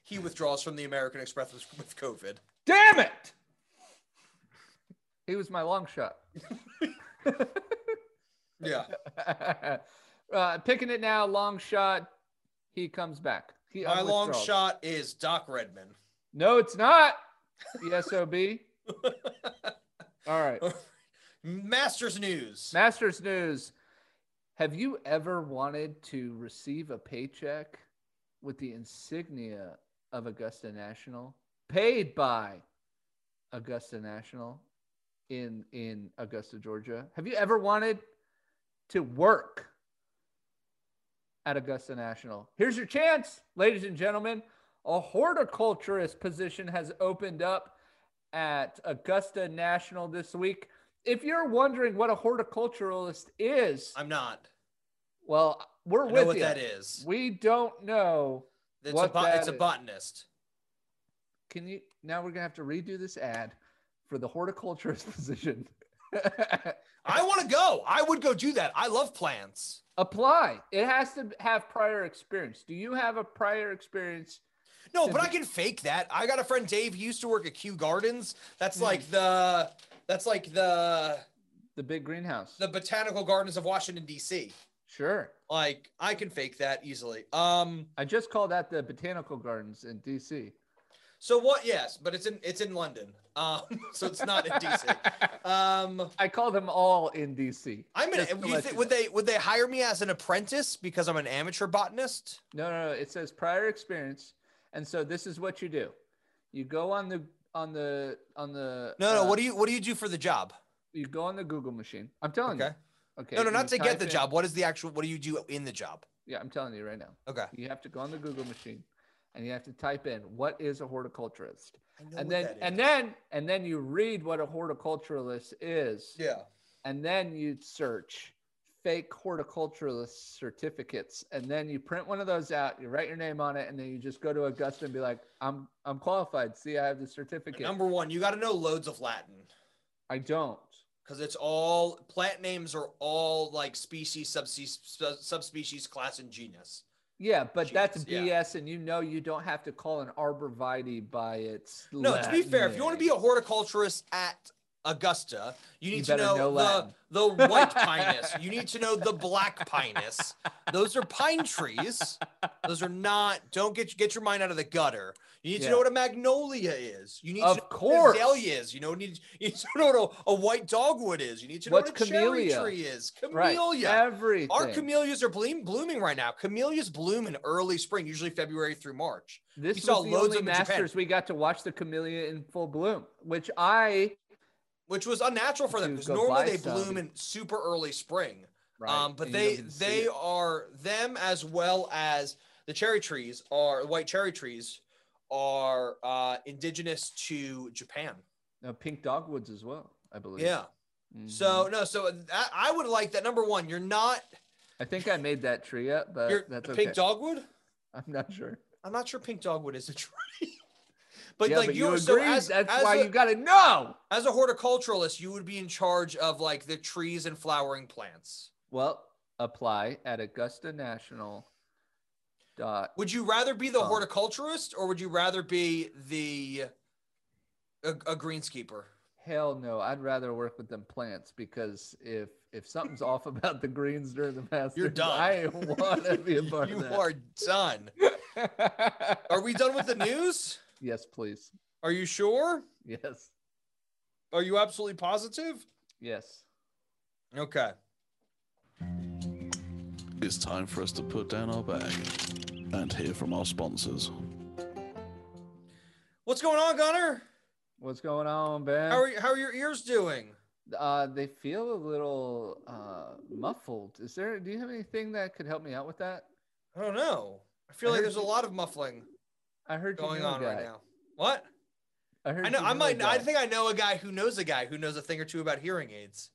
Speaker 2: He withdraws from the American Express with with COVID.
Speaker 3: Damn it! He was my long shot.
Speaker 2: Yeah.
Speaker 3: uh, picking it now, long shot. He comes back. He
Speaker 2: My long
Speaker 3: withdraws.
Speaker 2: shot is Doc Redman.
Speaker 3: No, it's not. The SOB. All right.
Speaker 2: Masters News.
Speaker 3: Masters news. Have you ever wanted to receive a paycheck with the insignia of Augusta National, paid by Augusta National in in Augusta, Georgia? Have you ever wanted to work at Augusta National? Here's your chance, ladies and gentlemen. A horticulturist position has opened up at Augusta National this week. If you're wondering what a horticulturalist is,
Speaker 2: I'm not.
Speaker 3: well, we're
Speaker 2: I
Speaker 3: with
Speaker 2: know what
Speaker 3: you.
Speaker 2: that is.
Speaker 3: We don't know.
Speaker 2: It's a
Speaker 3: what
Speaker 2: bo-
Speaker 3: that
Speaker 2: it's a
Speaker 3: is.
Speaker 2: botanist.
Speaker 3: Can you? Now we're gonna have to redo this ad for the horticulturist position.
Speaker 2: I want to go. I would go do that. I love plants.
Speaker 3: Apply. It has to have prior experience. Do you have a prior experience?
Speaker 2: No, but I can fake that. I got a friend Dave. He used to work at Kew Gardens. That's
Speaker 3: Hmm.
Speaker 2: like the that's like the
Speaker 3: The big greenhouse.
Speaker 2: the botanical gardens of Washington D.C.
Speaker 3: sure.
Speaker 2: Like I can fake that easily. Um.
Speaker 3: I just call that the botanical gardens in D.C.
Speaker 2: So what? Yes, but it's in it's in London. Um. So it's not in D.C. Um.
Speaker 3: I call them all in D.C.
Speaker 2: I'm an.
Speaker 3: Just to
Speaker 2: You
Speaker 3: let
Speaker 2: th-
Speaker 3: you
Speaker 2: would
Speaker 3: know.
Speaker 2: they would they hire me as an apprentice because I'm an amateur botanist?
Speaker 3: No, no, no. It says prior experience, and so this is what you do. You go on the on the on the.
Speaker 2: No, no.
Speaker 3: uh,
Speaker 2: What do you what do you do for the job?
Speaker 3: You go on the Google machine. I'm telling
Speaker 2: Okay.
Speaker 3: you. Okay.
Speaker 2: No, no,
Speaker 3: you
Speaker 2: not to get
Speaker 3: type
Speaker 2: the
Speaker 3: in-
Speaker 2: job. What is the actual? What do you do in the job?
Speaker 3: Yeah, I'm telling you right now.
Speaker 2: Okay.
Speaker 3: You have to go on the Google machine, and you have to type in what is a horticulturist,
Speaker 2: I know
Speaker 3: and
Speaker 2: what
Speaker 3: then
Speaker 2: that
Speaker 3: and
Speaker 2: is.
Speaker 3: then and then you read what a horticulturalist is,
Speaker 2: yeah.
Speaker 3: and then you search fake horticulturalist certificates, and then you print one of those out, you write your name on it, and then you just go to Augusta and be like, "I'm I'm qualified. See, I have the certificate.
Speaker 2: Number one, you got to know loads of Latin
Speaker 3: I don't."
Speaker 2: because it's all plant names are all like species, subspecies, sub- subspecies, class, and genus.
Speaker 3: Yeah, but that's
Speaker 2: Jeez, yeah.
Speaker 3: BS, and you know you don't have to call an arborvitae by its.
Speaker 2: No, to be
Speaker 3: Latin
Speaker 2: fair, if you want to be
Speaker 3: name.
Speaker 2: a horticulturist at Augusta, you
Speaker 3: You
Speaker 2: need to
Speaker 3: better
Speaker 2: know,
Speaker 3: know Latin.
Speaker 2: the the white pinus. You need to know the black pinus. Those are pine trees. Those are not. Don't get get your mind out of the gutter. You need to
Speaker 3: Yeah.
Speaker 2: know what a magnolia is. You need
Speaker 3: Of
Speaker 2: to know
Speaker 3: course.
Speaker 2: what azalea is. You know, need you need to know what a, a white dogwood is. You need to know
Speaker 3: What's
Speaker 2: what a cherry
Speaker 3: camellia?
Speaker 2: tree is.
Speaker 3: right,
Speaker 2: Camellia.
Speaker 3: everything.
Speaker 2: Our camellias are bloom, blooming right now. Camellias bloom in early spring, usually February through March.
Speaker 3: This
Speaker 2: We
Speaker 3: was
Speaker 2: saw
Speaker 3: the
Speaker 2: loads
Speaker 3: only
Speaker 2: of them in Japan.
Speaker 3: Masters we got to watch the camellia in full bloom, which I
Speaker 2: which was unnatural for them
Speaker 3: To
Speaker 2: because
Speaker 3: go
Speaker 2: normally
Speaker 3: buy
Speaker 2: they bloom
Speaker 3: some.
Speaker 2: in super early spring.
Speaker 3: right,
Speaker 2: Um, but
Speaker 3: and you don't
Speaker 2: they
Speaker 3: even see
Speaker 2: they
Speaker 3: it.
Speaker 2: are them as well as the cherry trees are the white cherry trees are uh, indigenous to Japan.
Speaker 3: No, pink dogwoods as well, I believe.
Speaker 2: Yeah.
Speaker 3: Mhm.
Speaker 2: So no, so I, I would like that. Number one, you're not
Speaker 3: I think I made that tree up, but
Speaker 2: you're
Speaker 3: that's
Speaker 2: pink
Speaker 3: okay.
Speaker 2: dogwood.
Speaker 3: I'm not sure.
Speaker 2: I'm not sure pink dogwood is a tree. But
Speaker 3: yeah,
Speaker 2: like
Speaker 3: but
Speaker 2: you,
Speaker 3: you agree.
Speaker 2: so as,
Speaker 3: that's
Speaker 2: as
Speaker 3: why
Speaker 2: a-
Speaker 3: you got to know.
Speaker 2: as a horticulturalist, you would be in charge of like the trees and flowering plants.
Speaker 3: Well, apply at Augusta National. Dot.
Speaker 2: Would you rather be the
Speaker 3: Um,
Speaker 2: horticulturist or would you rather be the a, a greenskeeper?
Speaker 3: Hell no, I'd rather work with them plants because if if something's off about the greens during the Masters,
Speaker 2: done.
Speaker 3: I want to be a part
Speaker 2: You
Speaker 3: of that.
Speaker 2: are done. Are we done with the news?
Speaker 3: yes, please.
Speaker 2: Are you sure?
Speaker 3: Yes.
Speaker 2: Are you absolutely positive?
Speaker 3: Yes.
Speaker 2: Okay.
Speaker 1: It's time for us to put down our bag and hear from our sponsors.
Speaker 2: What's going on, Gunner?
Speaker 3: What's going on, Ben?
Speaker 2: How are you, how are your ears doing?
Speaker 3: uh, they feel a little uh, muffled. Is there? Do you have anything that could help me out with that?
Speaker 2: I don't know. I feel
Speaker 3: I
Speaker 2: like
Speaker 3: heard
Speaker 2: there's a
Speaker 3: you-
Speaker 2: lot of muffling
Speaker 3: I heard you
Speaker 2: going
Speaker 3: knew a
Speaker 2: on right
Speaker 3: guy.
Speaker 2: now. What?
Speaker 3: I heard.
Speaker 2: I know.
Speaker 3: you
Speaker 2: I
Speaker 3: knew a
Speaker 2: might. I
Speaker 3: guy.
Speaker 2: think I know a guy who knows a guy who knows a thing or two about hearing aids.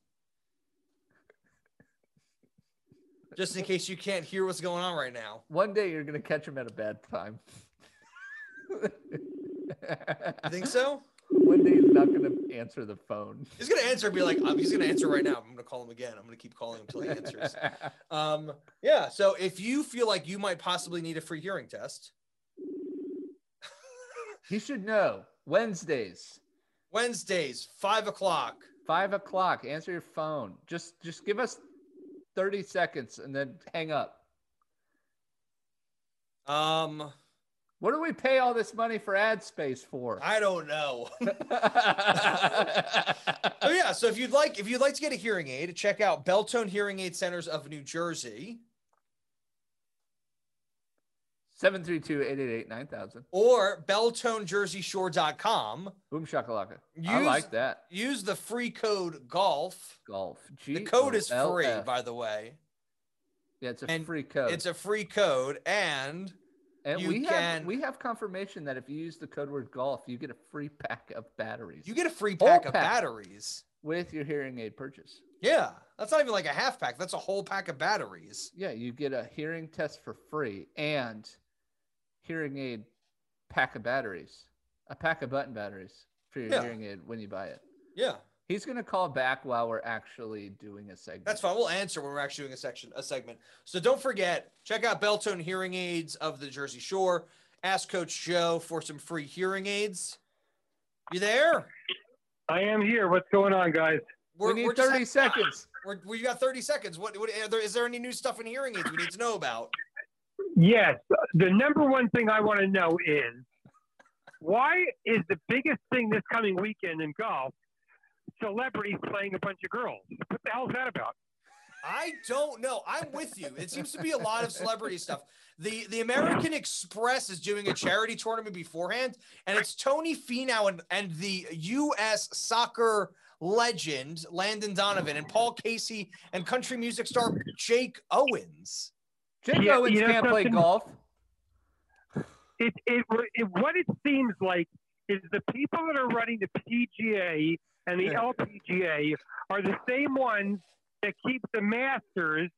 Speaker 2: Just in case you can't hear what's going on right now.
Speaker 3: one day you're gonna catch him at a bad time.
Speaker 2: You think so?
Speaker 3: One day he's not gonna answer the phone.
Speaker 2: He's gonna answer and be like, I'm, he's gonna answer right now. I'm gonna call him again. I'm gonna keep calling him until he answers. Um, yeah. So if you feel like you might possibly need a free hearing test,
Speaker 3: he should know. Wednesdays,
Speaker 2: Wednesdays, five o'clock.
Speaker 3: five o'clock. Answer your phone. Just just give us thirty seconds and then hang up.
Speaker 2: Um,
Speaker 3: What do we pay all this money for ad space for?
Speaker 2: I don't know. oh yeah. So if you'd like, if you'd like to get a hearing aid, check out Beltone Hearing Aid Centers of New Jersey.
Speaker 3: 732-888-9000.
Speaker 2: or belltonejerseyshore.com.
Speaker 3: Boom shakalaka. I
Speaker 2: Use-
Speaker 3: like that.
Speaker 2: Use the free code golf.
Speaker 3: Golf.
Speaker 2: The code is free,
Speaker 3: G-O-L-F.
Speaker 2: by the way.
Speaker 3: Yeah, it's a
Speaker 2: and
Speaker 3: free code.
Speaker 2: It's a free code, and
Speaker 3: and
Speaker 2: you
Speaker 3: we
Speaker 2: can-
Speaker 3: have we have confirmation that if you use the code word golf, you get a free pack of batteries
Speaker 2: you get a free pack
Speaker 3: Whole
Speaker 2: of
Speaker 3: pack.
Speaker 2: batteries.
Speaker 3: with your hearing aid purchase.
Speaker 2: Yeah, that's not even like a half pack. That's a whole pack of batteries.
Speaker 3: Yeah, you get a hearing test for free and hearing aid pack of batteries, a pack of button batteries for your
Speaker 2: Yeah.
Speaker 3: hearing aid when you buy it.
Speaker 2: Yeah,
Speaker 3: He's gonna call back while we're actually doing a segment.
Speaker 2: that's fine. We'll answer when we're actually doing a section, a segment. So don't forget, check out Beltone Hearing Aids of the Jersey Shore. Ask Coach Joe for some free hearing aids. You there?
Speaker 4: I am here. What's going on, guys?
Speaker 3: We need
Speaker 2: just
Speaker 3: thirty seconds.
Speaker 2: We're, we got 30 seconds. What, what are there, is there any new stuff in hearing aids we need to know about?
Speaker 4: Yes, the number one thing I want to know is why is the biggest thing this coming weekend in golf celebrities playing a bunch of girls? What the hell is that about?
Speaker 2: I don't know. I'm with you. It seems to be a lot of celebrity stuff. The the American Express is doing a charity tournament beforehand, and it's Tony Finau and, and the U.S. soccer legend Landon Donovan and Paul Casey and country music star Jake Owens.
Speaker 3: Jake
Speaker 4: Yeah,
Speaker 3: Owens
Speaker 4: you know
Speaker 3: can't play
Speaker 4: something?
Speaker 3: golf.
Speaker 4: it, it, it what it seems like is the people that are running the PGA and the LPGA are the same ones that keep the Masters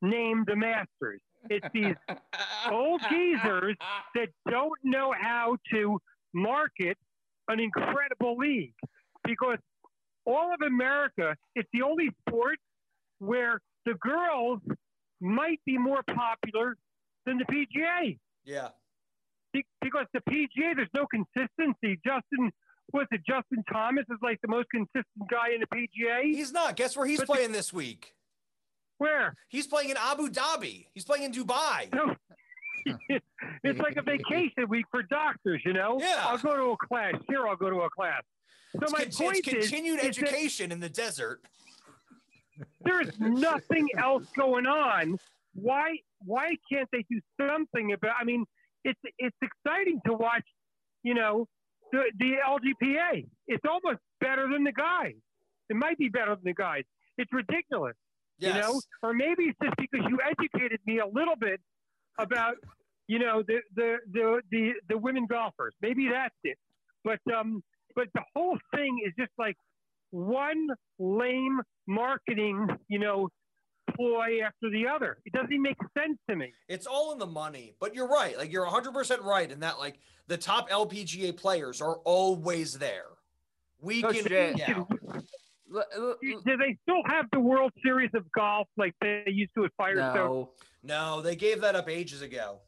Speaker 4: named the Masters. It's these old geezers that don't know how to market an incredible league because all of America, it's the only sport where the girls might be more popular than the PGA
Speaker 2: Yeah.
Speaker 4: Be- because the PGA there's no consistency. Justin was it Justin Thomas is like the most consistent guy in the PGA.
Speaker 2: He's not. Guess where he's
Speaker 4: But the-
Speaker 2: playing this week?
Speaker 4: Where
Speaker 2: He's playing in Abu Dhabi. He's playing in Dubai.
Speaker 4: no, it's like a vacation week for doctors. You know,
Speaker 2: Yeah.
Speaker 4: I'll go to a class here. I'll go to a class. So
Speaker 2: It's,
Speaker 4: my
Speaker 2: con- it's
Speaker 4: point is,
Speaker 2: continued
Speaker 4: is that-
Speaker 2: education in the desert.
Speaker 4: there's nothing else going on. Why why can't they do something about? I mean, it's it's exciting to watch. You know, the the LGPA. It's almost better than the guys. It might be better than the guys. It's ridiculous,
Speaker 2: Yes.
Speaker 4: you know. Or maybe it's just because you educated me a little bit about, you know, the the the the, the women golfers. Maybe that's it. But um, but the whole thing is just like one lame marketing, you know, ploy after the other. It doesn't even make sense to me.
Speaker 2: It's all in the money, but you're right. Like you're 100% right in that like the top LPGA players are always there. Week
Speaker 3: No
Speaker 2: in
Speaker 3: shit.
Speaker 2: week out.
Speaker 3: L- l- l-
Speaker 4: Do they still have the World Series of Golf like they used to at Firestone?
Speaker 3: no.
Speaker 2: No, they gave that up ages ago.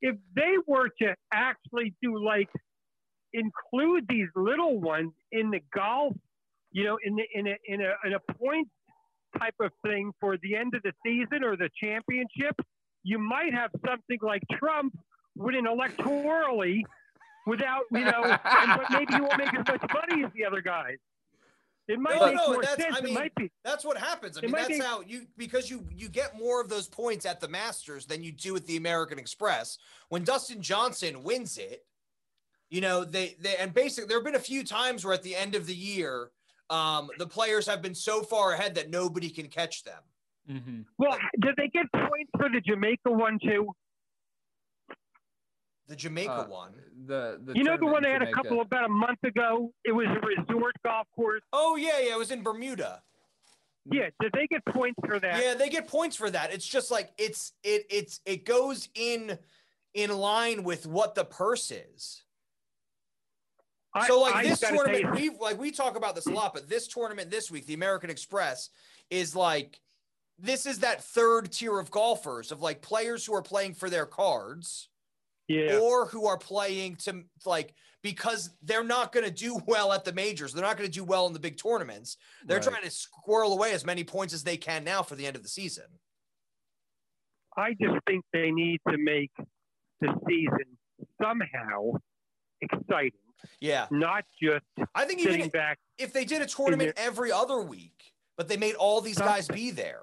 Speaker 4: If they were to actually do like include these little ones in the golf, you know, in the in a in a in a point type of thing for the end of the season or the championship, you might have something like Trump winning electorally without, you know, and, but maybe you won't make as much money as the other guys. It might
Speaker 2: No,
Speaker 4: make
Speaker 2: no,
Speaker 4: more
Speaker 2: that's-
Speaker 4: sense.
Speaker 2: I mean-
Speaker 4: it might be.
Speaker 2: That's what happens. I
Speaker 4: It
Speaker 2: mean,
Speaker 4: might
Speaker 2: that's
Speaker 4: be-
Speaker 2: how you because you you get more of those points at the Masters than you do at the American Express. When Dustin Johnson wins it, you know they they and basically there have been a few times where at the end of the year, um, the players have been so far ahead that nobody can catch them.
Speaker 3: Mm-hmm.
Speaker 4: Well, did they get points for the Jamaica one too?
Speaker 2: The Jamaica
Speaker 3: Uh,
Speaker 2: one.
Speaker 3: The, the
Speaker 4: you know the
Speaker 3: tournament
Speaker 4: one they
Speaker 3: in
Speaker 4: had a
Speaker 3: Jamaica.
Speaker 4: couple about a month ago. It was a resort golf course.
Speaker 2: Oh yeah, yeah, it was in Bermuda.
Speaker 4: Yeah, did they get points for that?
Speaker 2: Yeah, they get points for that. It's just like it's it it's it goes in in line with what the purse is.
Speaker 4: I-
Speaker 2: so like
Speaker 4: I
Speaker 2: this
Speaker 4: gotta tell you,
Speaker 2: tournament, we like we talk about this a lot, but this tournament this week, the American Express, is like this is that third tier of golfers of like players who are playing for their cards
Speaker 4: yeah,
Speaker 2: or who are playing to like because they're not going to do well at the majors, they're not going to do well in the big tournaments. They're
Speaker 3: Right.
Speaker 2: trying to squirrel away as many points as they can now for the end of the season.
Speaker 4: I just think they need to make the season somehow exciting,
Speaker 2: Yeah,
Speaker 4: not just
Speaker 2: I think even
Speaker 4: sitting back.
Speaker 2: if they did a tournament every other week, but they made all these guys be there.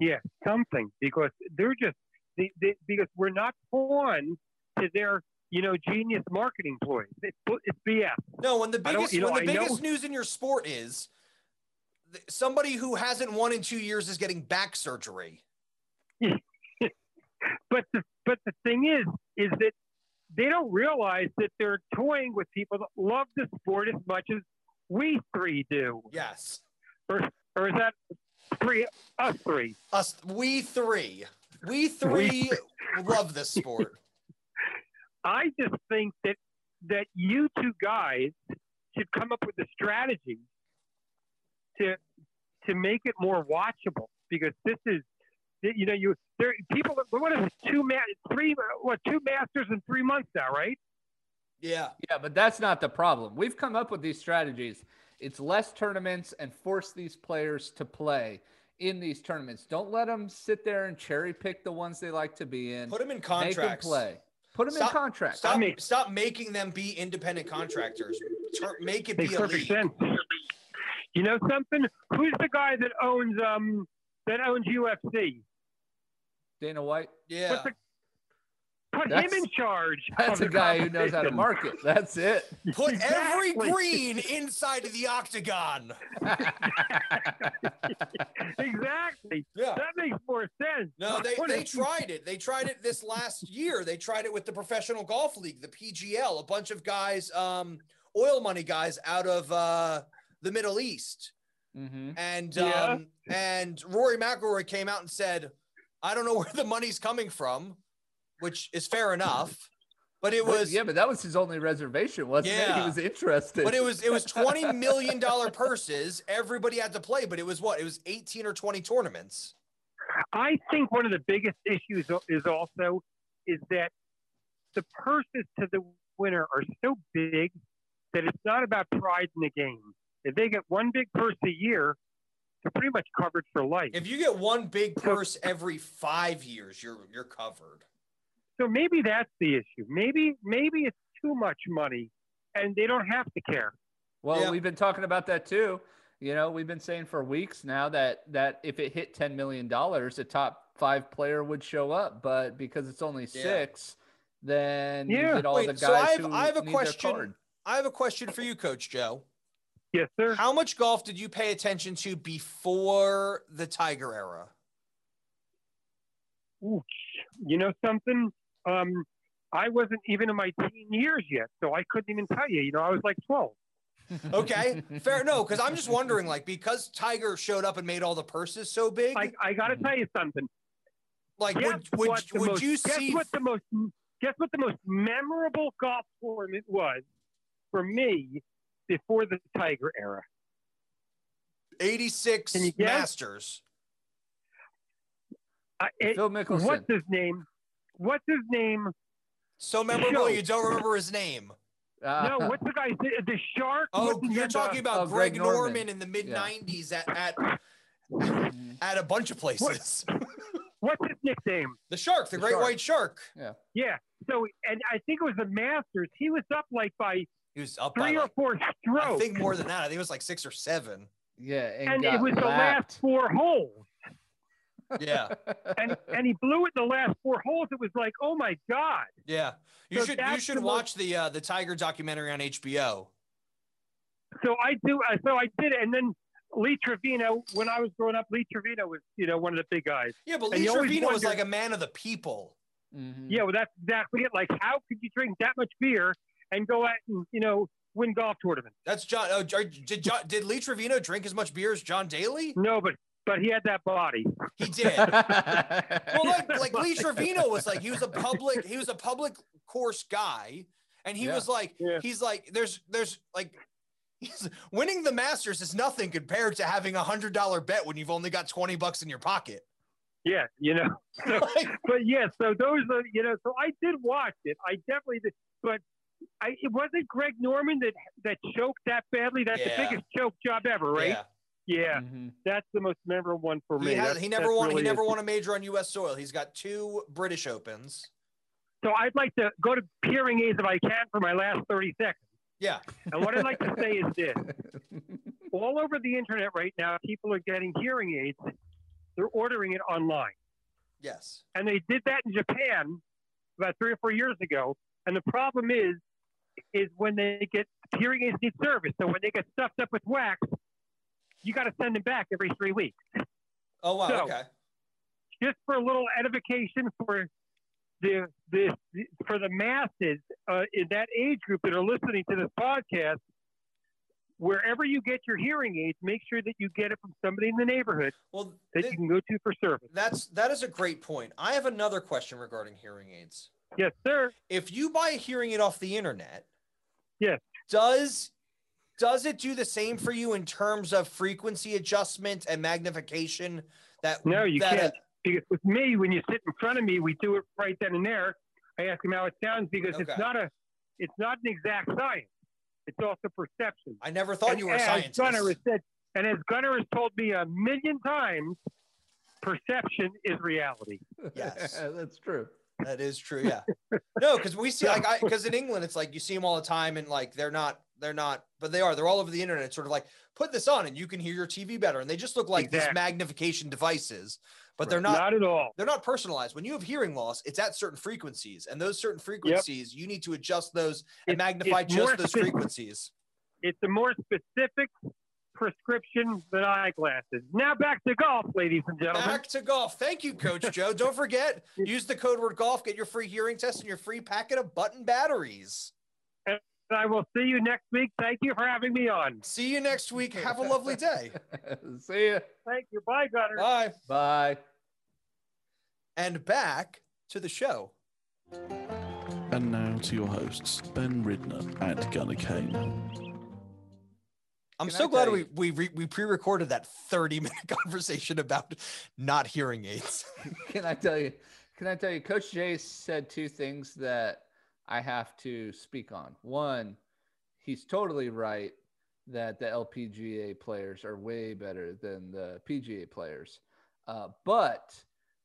Speaker 4: Yeah, something because they're just they, they, because we're not pawn to their you know genius marketing ploys. It's, bu- it's BS.
Speaker 2: No, when the
Speaker 4: I don't-
Speaker 2: biggest
Speaker 4: you know,
Speaker 2: when the
Speaker 4: I know-
Speaker 2: biggest news in your sport is th- somebody who hasn't won in two years is getting back surgery.
Speaker 4: But the but the thing is, is that they don't realize that they're toying with people that love the sport as much as we three do,
Speaker 2: Yes,
Speaker 4: or is that three us three?
Speaker 2: us we three, we three love this sport.
Speaker 4: I just think that that you two guys should come up with a strategy to to make it more watchable because this is you know you there people what is it, two ma- three what two masters in three months now right
Speaker 2: Yeah,
Speaker 3: Yeah, but that's not the problem. We've come up with these strategies. It's less tournaments and force these players to play in these tournaments. Don't let them sit there and cherry pick the ones they like to be in.
Speaker 2: put them in
Speaker 3: Make them
Speaker 2: contracts.
Speaker 3: play. Put them
Speaker 2: Stop-
Speaker 3: in contracts.
Speaker 2: Stop,
Speaker 4: I mean-
Speaker 2: stop making them be independent contractors. Tur- make it
Speaker 4: makes
Speaker 2: be a
Speaker 4: perfect
Speaker 2: league.
Speaker 4: sense you know something who's the guy that owns um that owns ufc
Speaker 3: Dana White.
Speaker 2: Yeah,
Speaker 4: What's the- Put
Speaker 3: That's-
Speaker 4: him in charge.
Speaker 3: That's
Speaker 4: of
Speaker 3: a
Speaker 4: the
Speaker 3: guy who knows how to
Speaker 4: competition.
Speaker 3: market. That's it.
Speaker 2: Put every
Speaker 4: Exactly.
Speaker 2: green inside of the octagon.
Speaker 4: Exactly.
Speaker 2: Yeah.
Speaker 4: That makes more sense.
Speaker 2: No, they,
Speaker 4: What
Speaker 2: they
Speaker 4: is-
Speaker 2: tried it. They tried it this last year. They tried it with the Professional Golf League, the PGL, a bunch of guys, um, oil money guys out of uh, the Middle East.
Speaker 3: hmm
Speaker 2: And
Speaker 4: Yeah.
Speaker 2: um, and Rory McIlroy came out and said, "I don't know where the money's coming from," which is fair enough. But it was
Speaker 3: yeah, but that was his only reservation, wasn't it?
Speaker 2: Yeah.
Speaker 3: He was interested.
Speaker 2: but it was it was 20 million dollar purses everybody had to play but it was what it was 18 or 20 tournaments
Speaker 4: I think one of the biggest issues al- is also is that the purses to the winner are so big that it's not about pride in the game. If they get one big purse a year, they're pretty much covered for life.
Speaker 2: if you get one big purse every five years you're you're covered
Speaker 4: so maybe that's the issue. Maybe maybe it's too much money, and they don't have to care.
Speaker 3: Well,
Speaker 2: Yeah.
Speaker 3: we've been talking about that too. You know, we've been saying for weeks now that that if it hit ten million dollars, a top five player would show up, but because it's only
Speaker 2: Yeah.
Speaker 3: six, then you
Speaker 4: Yeah.
Speaker 3: get all
Speaker 2: Wait,
Speaker 3: the guys
Speaker 2: so I have-
Speaker 3: who
Speaker 2: I have a
Speaker 3: need their
Speaker 2: question.
Speaker 3: card.
Speaker 2: i have a question for you coach joe
Speaker 4: Yes, sir.
Speaker 2: how much golf did you pay attention to before the tiger era
Speaker 4: Ooh, you know something? Um, I wasn't even in my teen years yet, so I couldn't even tell you. You know, I was like 12.
Speaker 2: okay fair no because i'm just wondering like because tiger showed up and made all the purses so big
Speaker 4: I, I got to tell you something.
Speaker 2: Hmm. like
Speaker 4: Guess
Speaker 2: would would,
Speaker 4: what the
Speaker 2: would
Speaker 4: most-
Speaker 2: you
Speaker 4: guess
Speaker 2: see
Speaker 4: what the most guess what the most memorable golf tournament was for me before the Tiger era?
Speaker 2: 86
Speaker 4: Can you guess?
Speaker 2: masters
Speaker 4: I, it,
Speaker 3: Phil Mickelson.
Speaker 4: what's his name? What's his name?
Speaker 2: so memorable
Speaker 4: Joe.
Speaker 2: you don't remember his name
Speaker 3: Ah,
Speaker 4: no, what's the guy? The shark?
Speaker 2: Uh, Oh,
Speaker 4: What's uh, his
Speaker 2: you're
Speaker 4: name?
Speaker 2: talking about
Speaker 3: Oh,
Speaker 2: Greg,
Speaker 3: Greg
Speaker 2: Norman.
Speaker 3: Norman.
Speaker 2: in the mid '90s at, at
Speaker 3: mhm.
Speaker 2: at a bunch of places.
Speaker 4: What's his nickname?
Speaker 2: The shark, the,
Speaker 3: The
Speaker 2: great
Speaker 3: shark.
Speaker 2: white shark.
Speaker 4: Yeah. So, and I think it was the Masters. He was up like by
Speaker 2: He was up by
Speaker 4: three or
Speaker 2: like,
Speaker 4: four
Speaker 2: I
Speaker 4: strokes,
Speaker 2: think more than that. I think it was like six or seven.
Speaker 3: yeah, and,
Speaker 4: and it
Speaker 3: got
Speaker 4: was the
Speaker 3: lapped.
Speaker 4: last four holes.
Speaker 2: Yeah,
Speaker 4: And and he blew it the last four holes. It was like, oh my god.
Speaker 2: yeah. You
Speaker 4: So
Speaker 2: should you
Speaker 4: that's
Speaker 2: should
Speaker 4: the most-
Speaker 2: watch the uh, the Tiger documentary on HBO.
Speaker 4: so I do. uh, So I did it, and then Lee Trevino. When I was growing up, Lee Trevino was you know one of the big guys.
Speaker 2: Yeah, but
Speaker 4: And
Speaker 2: Lee
Speaker 4: you always
Speaker 2: Trevino was
Speaker 4: wonder-
Speaker 2: like a man of the people. Hmm.
Speaker 3: Mhm.
Speaker 4: Yeah, well, that's exactly it. Like, how could you drink that much beer and go out and you know win golf tournaments?
Speaker 2: That's John. Oh, J- did John, did Lee Trevino drink as much beer as John Daly?
Speaker 4: No, but but he had that body.
Speaker 2: He did. well, like like Lee Trevino was like he was a public he was a public course guy, and he
Speaker 3: Yeah.
Speaker 2: was like
Speaker 4: Yeah.
Speaker 2: he's like there's there's like he's, winning the Masters is nothing compared to having a hundred dollar bet when you've only got twenty bucks in your pocket.
Speaker 4: Yeah, you know. So,
Speaker 2: Like,
Speaker 4: but yeah, so those are you know. So I did watch it. I definitely did, but. I, it wasn't Greg Norman that that choked that badly. That's
Speaker 2: Yeah.
Speaker 4: the biggest choke job ever, right?
Speaker 2: yeah. Mm-hmm.
Speaker 4: Yeah,
Speaker 3: Mhm.
Speaker 4: that's the most memorable one for me.
Speaker 2: he, has,
Speaker 4: That's-
Speaker 2: he never
Speaker 4: that's
Speaker 2: won.
Speaker 4: really
Speaker 2: he
Speaker 4: it.
Speaker 2: never won a major on U.S. soil. He's got two British Opens.
Speaker 4: So I'd like to go to peering aids if I can for my last 30 seconds.
Speaker 2: Yeah.
Speaker 4: And what I'd like to say is this all over the internet right now, people are getting hearing aids. They're ordering it online.
Speaker 2: Yes.
Speaker 4: And they did that in Japan about three or four years ago. And the problem is, is when they get hearing aids need service. So when they get stuffed up with wax, you got to send them back every three weeks.
Speaker 2: Oh wow.
Speaker 4: So-
Speaker 2: okay.
Speaker 4: just for a little edification for the the for the masses uh, in that age group that are listening to this podcast. Wherever you get your hearing aids, make sure that you get it from somebody in the neighborhood
Speaker 2: Well,
Speaker 4: that
Speaker 2: thi-
Speaker 4: you can go to for service.
Speaker 2: that's that is a great point. I have another question regarding hearing aids.
Speaker 4: Yes, sir.
Speaker 2: if you buy a hearing aid off the internet,
Speaker 4: Yes.
Speaker 2: does does it do the same for you in terms of frequency adjustment and magnification? That
Speaker 4: No, you
Speaker 2: that- uh,
Speaker 4: can't. Because with me, when you sit in front of me, we do it right then and there. I ask them how it sounds because
Speaker 2: Okay.
Speaker 4: it's not a it's not an exact science. It's also perception.
Speaker 2: I never thought you were a
Speaker 4: as
Speaker 2: scientist.
Speaker 4: Gunnar has said, and as Gunnar has told me a million times, perception is reality.
Speaker 2: Yes.
Speaker 3: that's true.
Speaker 2: That is true. Yeah. No, because we see like I because in England it's like you see them all the time and like they're not they're not but they are they're all over the internet. It's sort of like put this on and you can hear your TV better and they just look like these
Speaker 4: Exactly.
Speaker 2: magnification devices. but they're
Speaker 4: Not,
Speaker 2: not
Speaker 4: at all.
Speaker 2: they're not personalized. When you have hearing loss, it's at certain frequencies, and those certain frequencies, you need to adjust those and
Speaker 4: It-
Speaker 2: magnify
Speaker 4: it's more
Speaker 2: just those
Speaker 4: spec-
Speaker 2: frequencies.
Speaker 4: It's a more specific prescription than eyeglasses. Now back to golf, ladies and gentlemen.
Speaker 2: Back to golf. Thank you, Coach Joe. Don't forget, use the code word golf, get your free hearing test and your free packet of button batteries.
Speaker 4: And I will see you next week. Thank you for having me on.
Speaker 2: See you next week. Have a lovely day.
Speaker 3: See ya.
Speaker 4: Thank you. Bye, Gunner.
Speaker 2: Bye.
Speaker 3: Bye.
Speaker 2: And back to the show.
Speaker 1: And now to your hosts, Ben Ridner and Gunnar Kane.
Speaker 2: I'm
Speaker 3: Can I
Speaker 2: so glad
Speaker 3: tell
Speaker 2: we
Speaker 3: you-
Speaker 2: we re, we pre-recorded that 30 minute conversation about not hearing aids.
Speaker 3: Can I tell you? Can I tell you? Coach Jay said two things that I have to speak on. One, he's totally right that the LPGA players are way better than the PGA players. Uh, but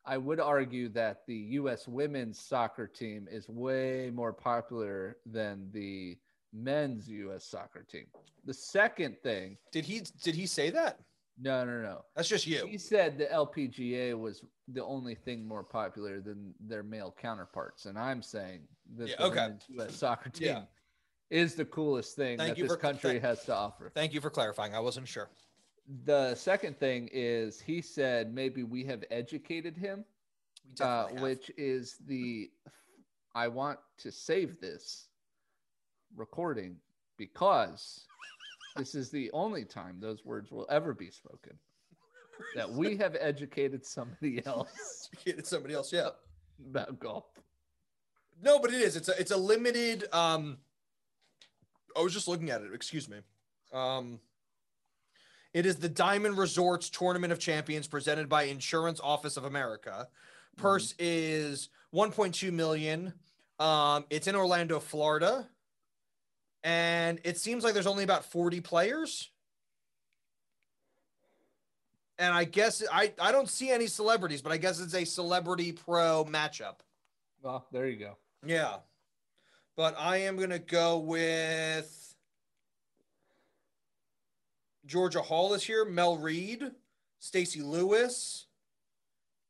Speaker 3: I would argue that the U.S. women's soccer team is way more popular than the men's U.S. soccer team. The second thing,
Speaker 2: Did he did he say that?
Speaker 3: no, no, no.
Speaker 2: That's just you.
Speaker 3: He said the LPGA was the only thing more popular than their male counterparts, and I'm saying that
Speaker 2: Yeah,
Speaker 3: the
Speaker 2: okay.
Speaker 3: women's U.S. soccer team
Speaker 2: Yeah.
Speaker 3: is the coolest thing
Speaker 2: Thank
Speaker 3: that
Speaker 2: you
Speaker 3: this
Speaker 2: for-
Speaker 3: country
Speaker 2: thank-
Speaker 3: has to offer.
Speaker 2: Thank you for clarifying. I wasn't sure.
Speaker 3: The second thing is he said maybe we have educated him,
Speaker 2: We
Speaker 3: uh,
Speaker 2: definitely have.
Speaker 3: which is the I want to save this recording because this is the only time those words will ever be spoken. That we have educated somebody else.
Speaker 2: It's somebody else. Yeah.
Speaker 3: about golf.
Speaker 2: No, but it is. It's a it's a limited. Um, I was just looking at it. Excuse me. Um, it is the Diamond Resorts Tournament of Champions presented by Insurance Office of America. Purse is 1.2 million. Um, it's in Orlando, Florida, and it seems like there's only about 40 players. And I guess I I don't see any celebrities, but I guess it's a celebrity pro matchup.
Speaker 3: Well, there you go.
Speaker 2: Yeah. But I am going to go with Georgia Hall is here, Mel Reed, Stacy Lewis,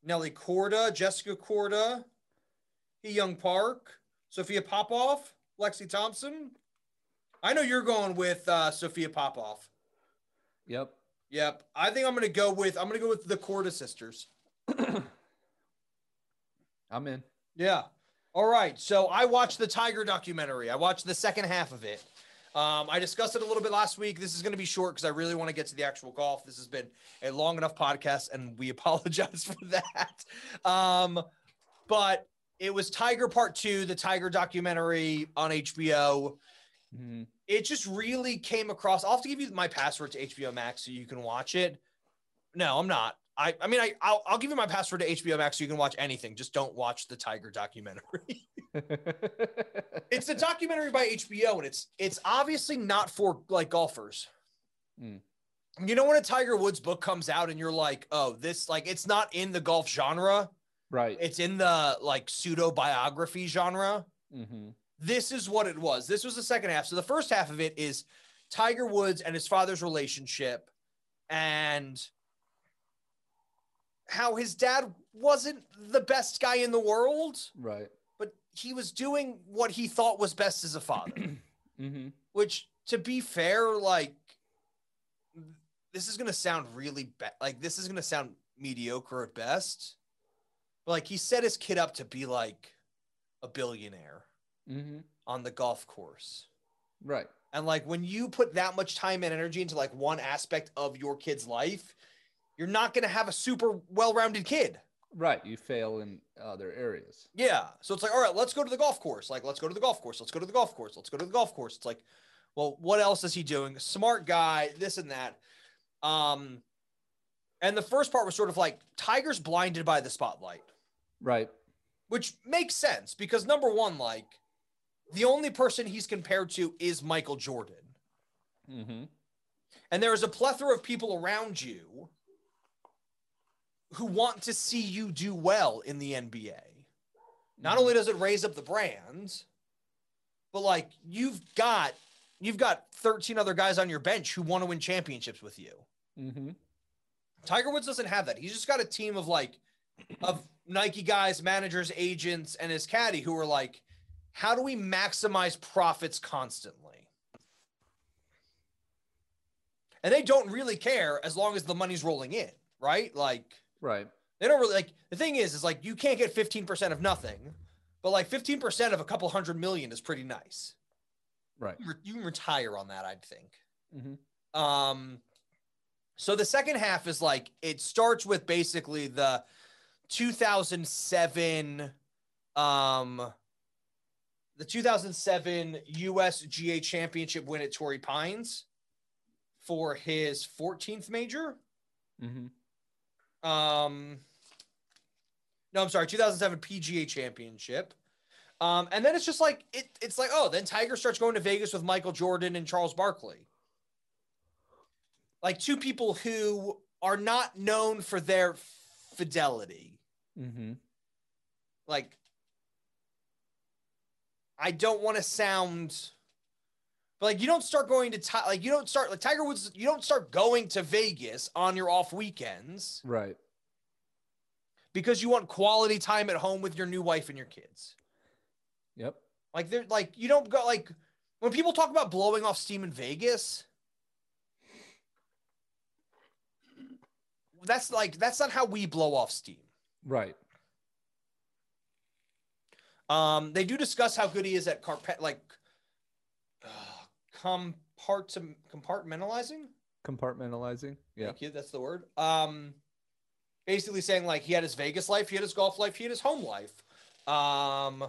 Speaker 2: Nellie Corda, Jessica Corda, Hee Young Park, Sophia Popoff, Lexi Thompson. I know you're going with uh, Sophia Popoff.
Speaker 3: Yep.
Speaker 2: Yep. I think I'm going to go with I'm going to go with the Corda sisters.
Speaker 3: I'm in.
Speaker 2: Yeah. All right. So I watched the Tiger documentary. I watched the second half of it. Um, I discussed it a little bit last week. This is going to be short because I really want to get to the actual golf. This has been a long enough podcast, and we apologize for that. Um, but it was Tiger Part Two, the Tiger documentary on HBO
Speaker 3: Mhm.
Speaker 2: it just really came across. I'll have to give you my password to HBO Max so you can watch it. No, I'm not. I, I mean, I, I'll, I'll give you my password to HBO Max so you can watch anything. Just don't watch the Tiger documentary. it's a documentary by HBO, and it's it's obviously not for like golfers.
Speaker 3: Hmm.
Speaker 2: You know when a Tiger Woods book comes out and you're like, oh, this like it's not in the golf genre.
Speaker 3: right.
Speaker 2: It's in the like pseudo biography genre
Speaker 3: hmm
Speaker 2: this is what it was. This was the second half. So the first half of it is Tiger Woods and his father's relationship and how his dad wasn't the best guy in the world,
Speaker 3: Right.
Speaker 2: but he was doing what he thought was best as a father,
Speaker 3: hmm
Speaker 2: which to be fair, like this is going to sound really bad. Like this is going to sound mediocre at best. But like he set his kid up to be like a billionaire
Speaker 3: hmm
Speaker 2: on the golf course.
Speaker 3: Right.
Speaker 2: And like when you put that much time and energy into like one aspect of your kid's life, you're not going to have a super well-rounded kid.
Speaker 3: Right. You fail in other areas.
Speaker 2: Yeah. So it's like, all right, let's go to the golf course. Like, let's go to the golf course. Let's go to the golf course. Let's go to the golf course. It's like, well, what else is he doing? Smart guy, this and that. Um, and the first part was sort of like Tiger's blinded by the spotlight.
Speaker 3: Right.
Speaker 2: which makes sense because number one, like the only person he's compared to is Michael Jordan,
Speaker 3: hmm
Speaker 2: and there is a plethora of people around you who want to see you do well in the NBA.
Speaker 3: Mm-hmm.
Speaker 2: Not only does it raise up the brand, but like you've got you've got 13 other guys on your bench who want to win championships with you.
Speaker 3: hmm
Speaker 2: Tiger Woods doesn't have that. He's just got a team of like of Nike guys, managers, agents, and his caddy who were like, how do we maximize profits constantly? And they don't really care as long as the money's rolling in, right? Like,
Speaker 3: Right.
Speaker 2: they don't really like the thing is, is like you can't get 15% of nothing, but like 15% of a couple hundred million is pretty nice.
Speaker 3: Right.
Speaker 2: You re- you can retire on that, I'd think.
Speaker 3: Mhm.
Speaker 2: Um, so the second half is like it starts with basically the 2007, um, the 2007 USGA Championship win at Torrey Pines for his 14th major.
Speaker 3: Mhm.
Speaker 2: Mm-hmm. Um, no, I'm sorry, 2007 PGA Championship. Um, and then it's just like it, it's like oh, then Tiger starts going to Vegas with Michael Jordan and Charles Barkley, like two people who are not known for their fidelity.
Speaker 3: Mhm.
Speaker 2: Like, I don't want to sound, but like you don't start going to Ti- like you don't start like Tiger Woods, you don't start going to Vegas on your off weekends
Speaker 3: Right.
Speaker 2: because you want quality time at home with your new wife and your kids.
Speaker 3: Yep.
Speaker 2: Like they're like you don't go like when people talk about blowing off steam in Vegas. That's like that's not how we blow off steam.
Speaker 3: Right.
Speaker 2: Um, they do discuss how good he is at carpet like uh, compartim- compartmentalizing.
Speaker 3: Compartmentalizing. Yeah.
Speaker 2: Thank you. That's the word. Um, basically saying like he had his Vegas life, he had his golf life, he had his home life. Um,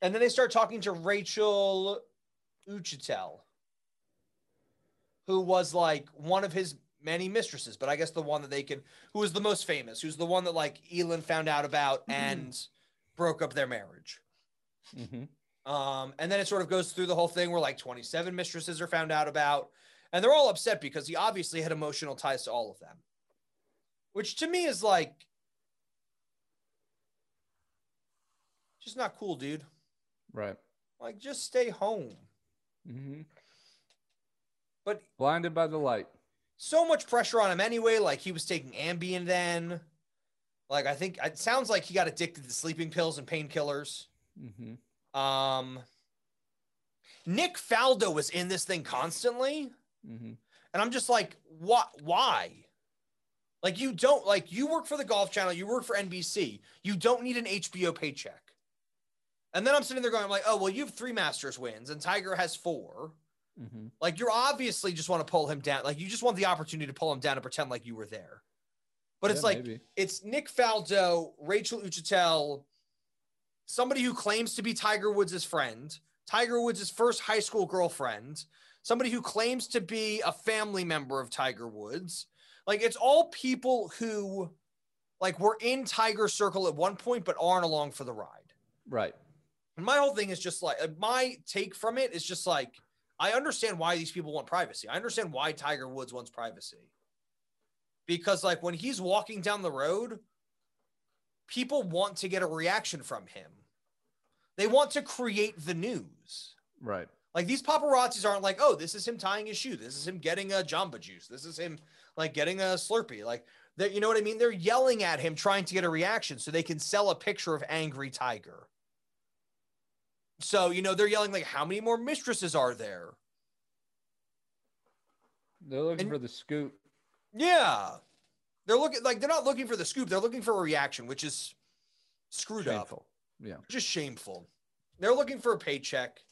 Speaker 2: and then they start talking to Rachel Uchitel, who was like one of his many mistresses, but I guess the one that they could, who was the most famous, who's the one that like Elon found out about and broke up their marriage.
Speaker 3: Mhm.
Speaker 2: Um, and then it sort of goes through the whole thing where like 27 mistresses are found out about, and they're all upset because he obviously had emotional ties to all of them, which to me is like just not cool, dude.
Speaker 3: Right.
Speaker 2: Like, just stay home.
Speaker 3: Mhm.
Speaker 2: But
Speaker 3: Blinded by the light.
Speaker 2: so much pressure on him anyway. Like, he was taking Ambien then. Like, I think it sounds like he got addicted to sleeping pills and painkillers.
Speaker 3: Mhm.
Speaker 2: Um, Nick Faldo was in this thing constantly.
Speaker 3: Mhm.
Speaker 2: And I'm just like, what? Why? Like, you don't like you work for the Golf Channel, you work for NBC, you don't need an HBO paycheck. And then I'm sitting there going, I'm like, oh well, you have three Masters wins, and Tiger has four.
Speaker 3: Mhm.
Speaker 2: Like, you're obviously just want to pull him down. Like, you just want the opportunity to pull him down and pretend like you were there. But it's
Speaker 3: Yeah,
Speaker 2: like
Speaker 3: maybe.
Speaker 2: it's Nick Faldo, Rachel Uchitel, somebody who claims to be Tiger Woods' friend, Tiger Woods' first high school girlfriend, somebody who claims to be a family member of Tiger Woods. Like it's all people who like were in Tiger's circle at one point but aren't along for the ride.
Speaker 3: Right.
Speaker 2: And my whole thing is just like uh, my take from it is just like I understand why these people want privacy. I understand why Tiger Woods wants privacy. Because like when he's walking down the road, people want to get a reaction from him. They want to create the news.
Speaker 3: Right.
Speaker 2: Like these paparazzis aren't like, "Oh, this is him tying his shoe. This is him getting a Jamba Juice. This is him like getting a Slurpee." Like they you know what I mean? They're yelling at him trying to get a reaction so they can sell a picture of angry tiger. So, you know, they're yelling like, "How many more mistresses are there?"
Speaker 3: They're looking
Speaker 2: And-
Speaker 3: for the scoop.
Speaker 2: Yeah. They're looking like they're not looking for the scoop. They're looking for a reaction, which is screwed up.
Speaker 3: Shameful. Yeah.
Speaker 2: just shameful. They're looking for a paycheck,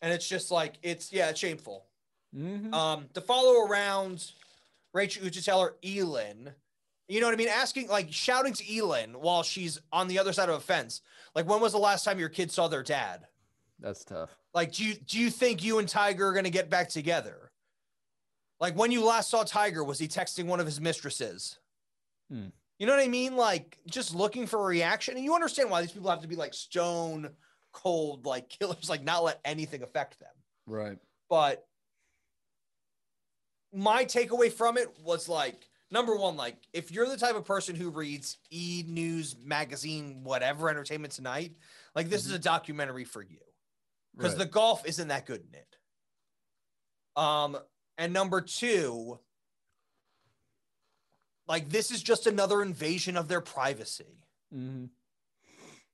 Speaker 2: and it's just like it's yeah, it's shameful.
Speaker 3: Mhm.
Speaker 2: Um, to follow around Rachel Uchitel or Elin, you know what I mean? Asking like shouting to Elin while she's on the other side of a fence. Like, when was the last time your kid saw their dad?
Speaker 3: That's tough.
Speaker 2: Like, do you do you think you and Tiger are gonna get back together? Like, when you last saw Tiger, was he texting one of his mistresses?
Speaker 3: Hmm.
Speaker 2: You know what I mean? Like, just looking for a reaction, and you understand why these people have to be like stone cold, like killers, like not let anything affect them.
Speaker 3: Right.
Speaker 2: But my takeaway from it was like number one, like if you're the type of person who reads E News magazine, whatever, Entertainment Tonight, like this is a documentary for you because
Speaker 3: Right.
Speaker 2: the golf isn't that good in it. Um, and number two, Like this is just another invasion of their privacy.
Speaker 3: Mhm.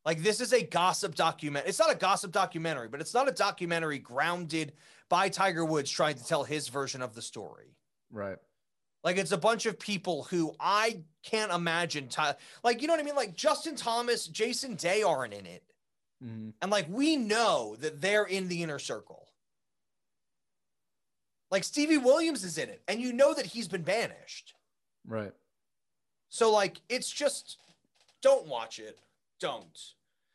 Speaker 2: Like this is a gossip document. It's not a gossip documentary, but it's not a documentary grounded by Tiger Woods trying to tell his version of the story.
Speaker 3: Right.
Speaker 2: Like it's a bunch of people who I can't imagine. Ty- like you know what I mean? Like Justin Thomas, Jason Day aren't in it,
Speaker 3: Mhm.
Speaker 2: and like we know that they're in the inner circle. Like Stevie Williams is in it, and you know that he's been banished.
Speaker 3: Right.
Speaker 2: So like it's just don't watch it. Don't.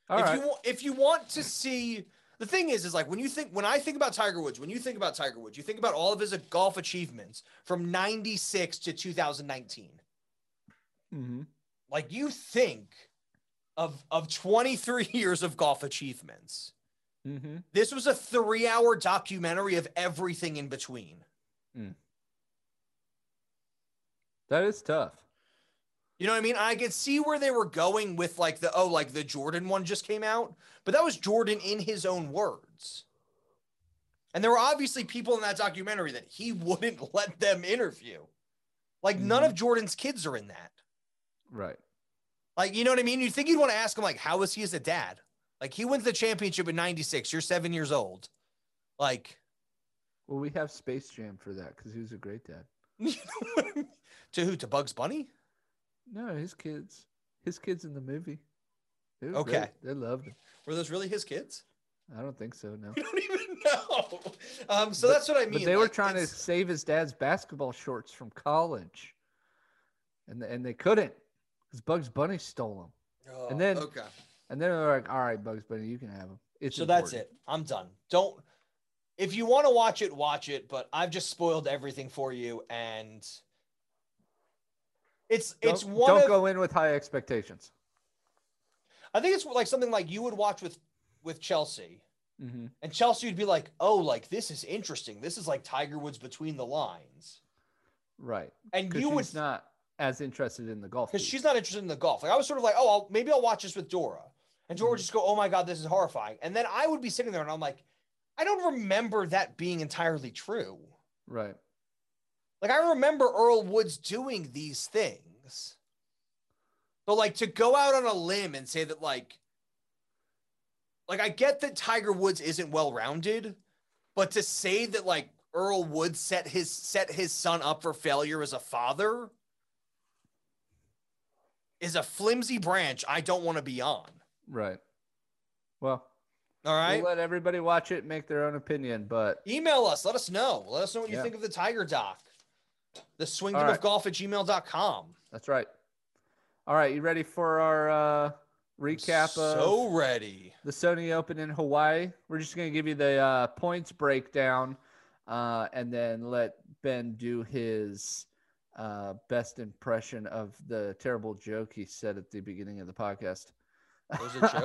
Speaker 3: All
Speaker 2: if
Speaker 3: right.
Speaker 2: you you if you want to see the thing is is like when you think when I think about Tiger Woods, when you think about Tiger Woods, you think about all of his uh, golf achievements from 96 to 2019.
Speaker 3: Mhm.
Speaker 2: Like you think of of 23 years of golf achievements.
Speaker 3: Mhm.
Speaker 2: This was a 3-hour documentary of everything in between.
Speaker 3: That is tough.
Speaker 2: You know what I mean? I could see where they were going with like the oh, like the Jordan one just came out, but that was Jordan in his own words. And there were obviously people in that documentary that he wouldn't let them interview. Like none
Speaker 3: Mm-hmm.
Speaker 2: of Jordan's kids are in that.
Speaker 3: Right.
Speaker 2: Like, you know what I mean? You'd think you'd want to ask him, like, how was he as a dad? Like he wins the championship in 96. You're seven years old. Like,
Speaker 3: Well, we have Space Jam for that because he was a great dad.
Speaker 2: you know what I mean? to who? To Bugs Bunny?
Speaker 3: No, his kids. His kids in the movie. They were
Speaker 2: Okay.
Speaker 3: great. They loved him.
Speaker 2: Were those really his kids?
Speaker 3: I don't think so. No.
Speaker 2: We don't even know. Um, so that's what I mean.
Speaker 3: But they were
Speaker 2: like,
Speaker 3: trying to
Speaker 2: it's-
Speaker 3: save his dad's basketball shorts from college, and th- and they couldn't because Bugs Bunny stole them.
Speaker 2: Oh,
Speaker 3: and then-
Speaker 2: okay.
Speaker 3: And then they're like, "All right, Bugs Bunny, you can have them." It's
Speaker 2: so that's
Speaker 3: important."
Speaker 2: it. I'm done. Don't. If you want to watch it, watch it. But I've just spoiled everything for you, and it's it's
Speaker 3: Don't-
Speaker 2: one
Speaker 3: Don't
Speaker 2: of
Speaker 3: go in with high expectations.
Speaker 2: I think it's like something like you would watch with with Chelsea,
Speaker 3: Mm-hmm.
Speaker 2: and Chelsea would be like, "Oh, like this is interesting. This is like Tiger Woods between the lines,"
Speaker 3: Right.
Speaker 2: and
Speaker 3: Because
Speaker 2: you would
Speaker 3: she's not as interested in the golf.
Speaker 2: because
Speaker 3: league.
Speaker 2: she's not interested in the golf. Like I was sort of like, "Oh, I'll, maybe I'll watch this with Dora," and
Speaker 3: Mm-hmm.
Speaker 2: Dora would just go, "Oh my god, this is horrifying," and then I would be sitting there and I'm like, I don't remember that being entirely true.
Speaker 3: right.
Speaker 2: Like I remember Earl Woods doing these things. But like to go out on a limb and say that like like I get that Tiger Woods isn't well-rounded, but to say that like Earl Woods set his set his son up for failure as a father is a flimsy branch I don't want to be on.
Speaker 3: Right. Well,
Speaker 2: All right?
Speaker 3: we'll let everybody watch it, make their own opinion, but
Speaker 2: Email us, let us know. Let us know what you
Speaker 3: Yeah.
Speaker 2: think of the Tiger Doc. The swingdom
Speaker 3: All right.
Speaker 2: of golf at gmail.com.
Speaker 3: that's right. All right, you ready for our uh, recap of
Speaker 2: So ready.
Speaker 3: the Sony Open in Hawaii. We're just going to give you the uh, points breakdown uh, and then let Ben do his uh, best impression of the terrible joke he said at the beginning of the podcast.
Speaker 2: Was it a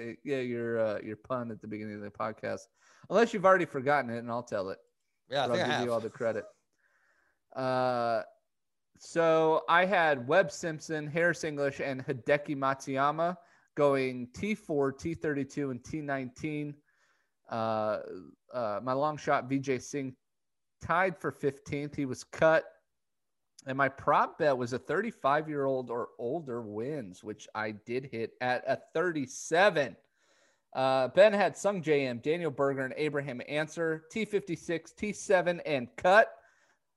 Speaker 2: joke?
Speaker 3: yeah, your uh, your pun at the beginning of the podcast. Unless you've already forgotten it, and I'll tell it.
Speaker 2: Yeah, I
Speaker 3: but
Speaker 2: think
Speaker 3: I'll
Speaker 2: I
Speaker 3: give
Speaker 2: have.
Speaker 3: you all the credit. Uh, so I had Webb Simpson, Harris English, and Hideki Matsuyama going T4, T32, and T19. Uh, uh, my long shot, VJ Singh, tied for 15th. He was cut. And my prop bet was a 35 year old or older wins, which I did hit at a 37. Uh, ben had Sung JM, Daniel Berger, and Abraham Answer, T56, T7, and cut.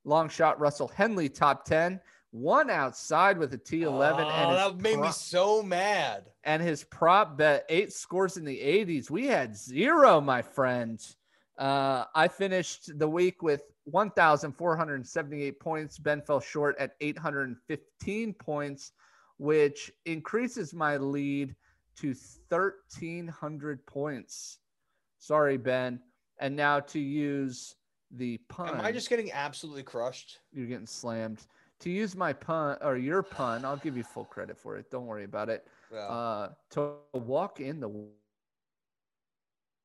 Speaker 3: Long shot Russell Henley, top 10. One outside with a T11.
Speaker 2: Oh,
Speaker 3: and his
Speaker 2: that made me
Speaker 3: prop-
Speaker 2: so mad.
Speaker 3: and his prop bet eight scores in the 80s. We had zero, my friend. Uh, I finished the week with 1,478 points. Ben fell short at 815 points, which increases my lead to 1,300 points. Sorry, Ben. And now to use the pun,
Speaker 2: Am I just getting absolutely crushed?
Speaker 3: you're getting slammed. To use my pun or your pun, I'll give you full credit for it. Don't worry about it
Speaker 2: Yeah.
Speaker 3: uh, to walk in the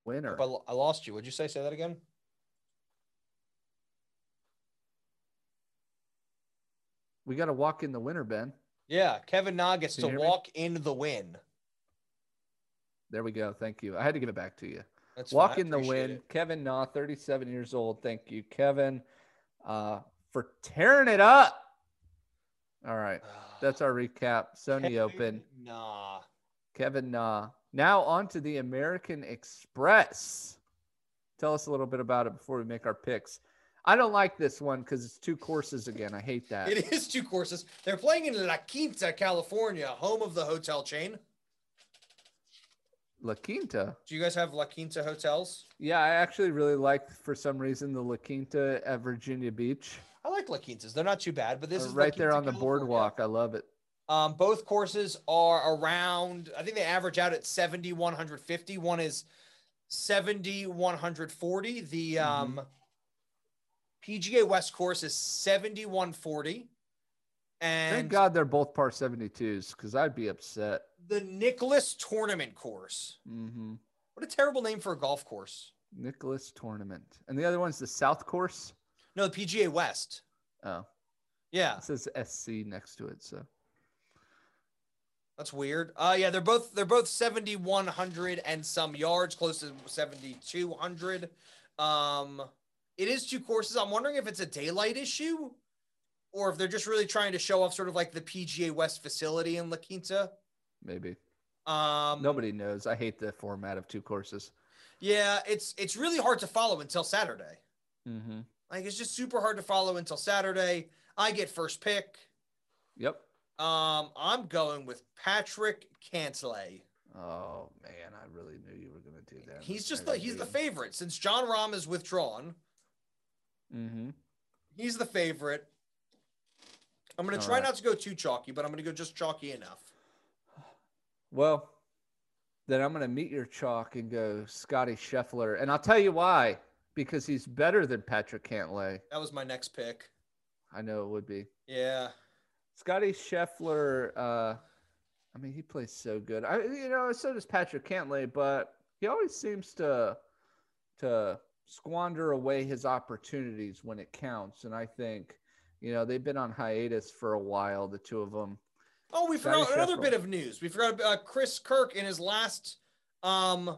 Speaker 3: winner.
Speaker 2: but I lost you. Would you say say that again?
Speaker 3: We got to walk in the winner, Ben.
Speaker 2: Yeah, Kevin Na gets
Speaker 3: Can you
Speaker 2: to
Speaker 3: hear me?
Speaker 2: walk in the win.
Speaker 3: There we go. Thank you. I had to give it back to you.
Speaker 2: That's
Speaker 3: walk
Speaker 2: fine. I
Speaker 3: in the
Speaker 2: appreciate
Speaker 3: win.
Speaker 2: it.
Speaker 3: Kevin Na, 37 years old. Thank you, Kevin, uh, for tearing it up. All right. That's our recap. Sony
Speaker 2: Kevin
Speaker 3: Open.
Speaker 2: Nah.
Speaker 3: Kevin Na. Now on to the American Express. Tell us a little bit about it before we make our picks. I don't like this one because it's two courses again. I hate that.
Speaker 2: It is two courses. They're playing in La Quinta, California, home of the hotel chain.
Speaker 3: La Quinta.
Speaker 2: Do you guys have La Quinta hotels?
Speaker 3: Yeah, I actually really like for some reason the La Quinta at Virginia Beach.
Speaker 2: I like La Quintas. They're not too bad, but this
Speaker 3: Uh,
Speaker 2: is La
Speaker 3: right there
Speaker 2: Quinta,
Speaker 3: on the
Speaker 2: California.
Speaker 3: boardwalk. I love it.
Speaker 2: Um, both courses are around, I think they average out at 70, 150. One is 70, 140. The
Speaker 3: Mm-hmm.
Speaker 2: um, PGA West course is 70, 140. And
Speaker 3: Thank God they're both par 72s because I'd be upset.
Speaker 2: the Nicholas Tournament course. Mm-hmm.
Speaker 3: hmm
Speaker 2: What a terrible name for a golf course.
Speaker 3: Nicholas Tournament. And the other one's the South Course.
Speaker 2: No, the PGA West.
Speaker 3: Oh,
Speaker 2: Yeah,
Speaker 3: it says SC next to it. So
Speaker 2: that's weird. Uh, yeah, they're both they're both seventy one hundred and some yards, close to seventy two hundred. Um, it is two courses. I'm wondering if it's a daylight issue, or if they're just really trying to show off sort of like the PGA West facility in La Quinta.
Speaker 3: maybe.
Speaker 2: Um,
Speaker 3: Nobody knows. I hate the format of two courses.
Speaker 2: Yeah, it's it's really hard to follow until Saturday.
Speaker 3: Mm-hmm.
Speaker 2: Like it's just super hard to follow until Saturday. I get first pick.
Speaker 3: Yep.
Speaker 2: Um, I'm going with Patrick Cantlay.
Speaker 3: Oh man, I really knew you were gonna do that.
Speaker 2: He's just the he's the favorite since John Rahm is withdrawn.
Speaker 3: Mm-hmm.
Speaker 2: He's the favorite. I'm gonna
Speaker 3: All
Speaker 2: try
Speaker 3: right.
Speaker 2: not to go too chalky, but I'm gonna go just chalky enough.
Speaker 3: Well, then I'm gonna meet your chalk and go Scotty Scheffler, and I'll tell you why. Because he's better than Patrick Cantlay.
Speaker 2: That was my next pick.
Speaker 3: I know it would be.
Speaker 2: Yeah,
Speaker 3: Scotty Scheffler. Uh, I mean, he plays so good. I, you know, so does Patrick Cantlay, but he always seems to to squander away his opportunities when it counts. And I think, you know, they've been on hiatus for a while, the two of them.
Speaker 2: Oh, we
Speaker 3: Scotty
Speaker 2: forgot another
Speaker 3: Scheffler.
Speaker 2: bit of news. We forgot uh, Chris Kirk in his last um,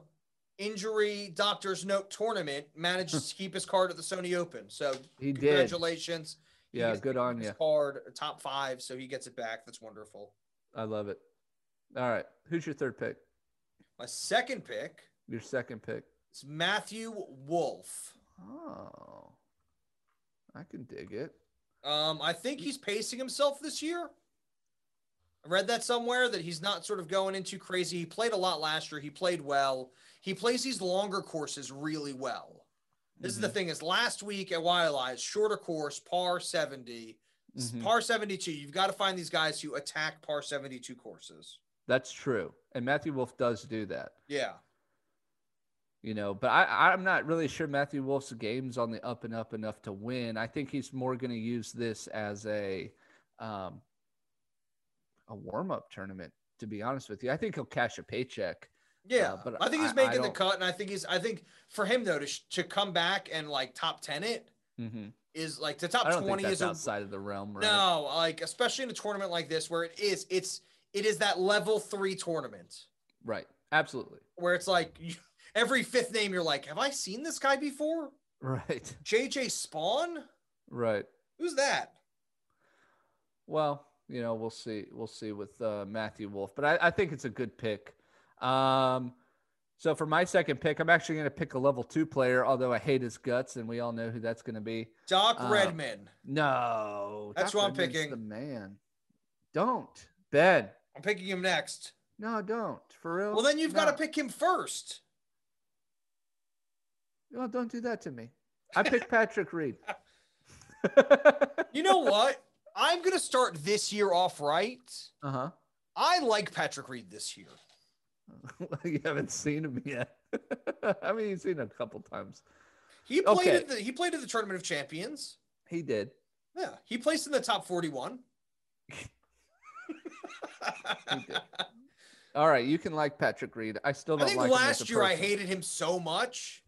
Speaker 2: injury doctor's note tournament managed to keep his card at the Sony Open. So
Speaker 3: Hmm. He did. Oh,
Speaker 2: congratulations. He
Speaker 3: Yeah,
Speaker 2: gets to
Speaker 3: good
Speaker 2: keep
Speaker 3: on
Speaker 2: his
Speaker 3: you.
Speaker 2: Card uh, top five, so he gets it back. That's wonderful.
Speaker 3: I love it. All right, who's your third pick?
Speaker 2: My second pick
Speaker 3: Your second pick.
Speaker 2: is Matthew Wolf.
Speaker 3: Oh, I can dig it.
Speaker 2: Um, I think he's pacing himself this year. I read that somewhere that he's not sort of going into crazy. He played a lot last year. He played well. He plays these longer courses really well. This is the
Speaker 3: Mm-hmm.
Speaker 2: thing is last week at YLI, shorter course, par 70, s-
Speaker 3: Mhm.
Speaker 2: par 72. You've got to find these guys who attack par 72 courses.
Speaker 3: That's true, and Matthew Wolf does do that.
Speaker 2: Yeah.
Speaker 3: you know but i i'm not really sure matthew wolf's game's on the up and up enough to win i think he's more going to use this as a um a warm-up tournament to be honest with you i think he'll cash a paycheck
Speaker 2: Yeah.
Speaker 3: Uh, but
Speaker 2: I think
Speaker 3: I- I
Speaker 2: he's making the
Speaker 3: don't-
Speaker 2: cut. And I think he's, I think for him though, to, sh- to come back and like top 10 it is like to Mm-hmm. top
Speaker 3: i don't
Speaker 2: 20
Speaker 3: think that's
Speaker 2: is a,
Speaker 3: outside of the realm right
Speaker 2: No, like especially in a tournament like this where it is, it's it is that level three tournament
Speaker 3: right absolutely
Speaker 2: where it's like you, every fifth name you're like, have I seen this guy before?
Speaker 3: right
Speaker 2: JJ Spawn?
Speaker 3: right
Speaker 2: Who's that?
Speaker 3: Well, you know, we'll see. We'll see with uh, Matthew Wolf, but I, I think it's a good pick. Um, so for my second pick, I'm actually going to pick a level two player, although I hate his guts, and we all know who that's going to be.
Speaker 2: Doc
Speaker 3: Uh,
Speaker 2: Redman.
Speaker 3: No,
Speaker 2: That's
Speaker 3: Doc
Speaker 2: who I'm
Speaker 3: Redman's
Speaker 2: picking.
Speaker 3: The man. Don't Ben.
Speaker 2: I'm picking him next.
Speaker 3: No, don't for real.
Speaker 2: Well, then you've got
Speaker 3: No.
Speaker 2: to pick him first.
Speaker 3: No, don't do that to me. I picked Patrick Reed. Uh-huh.
Speaker 2: You know what? I'm gonna start this year off right.
Speaker 3: uh huh.
Speaker 2: I like Patrick Reed this year.
Speaker 3: you haven't seen him yet. I mean, you've seen him a couple times.
Speaker 2: He played
Speaker 3: Okay.
Speaker 2: at the he played at the Tournament of Champions.
Speaker 3: He did.
Speaker 2: Yeah, he placed in the top 41.
Speaker 3: All right, you can like Patrick Reed. I still
Speaker 2: I
Speaker 3: don't
Speaker 2: think
Speaker 3: like him as
Speaker 2: last
Speaker 3: a
Speaker 2: year I
Speaker 3: person.
Speaker 2: hated him so much.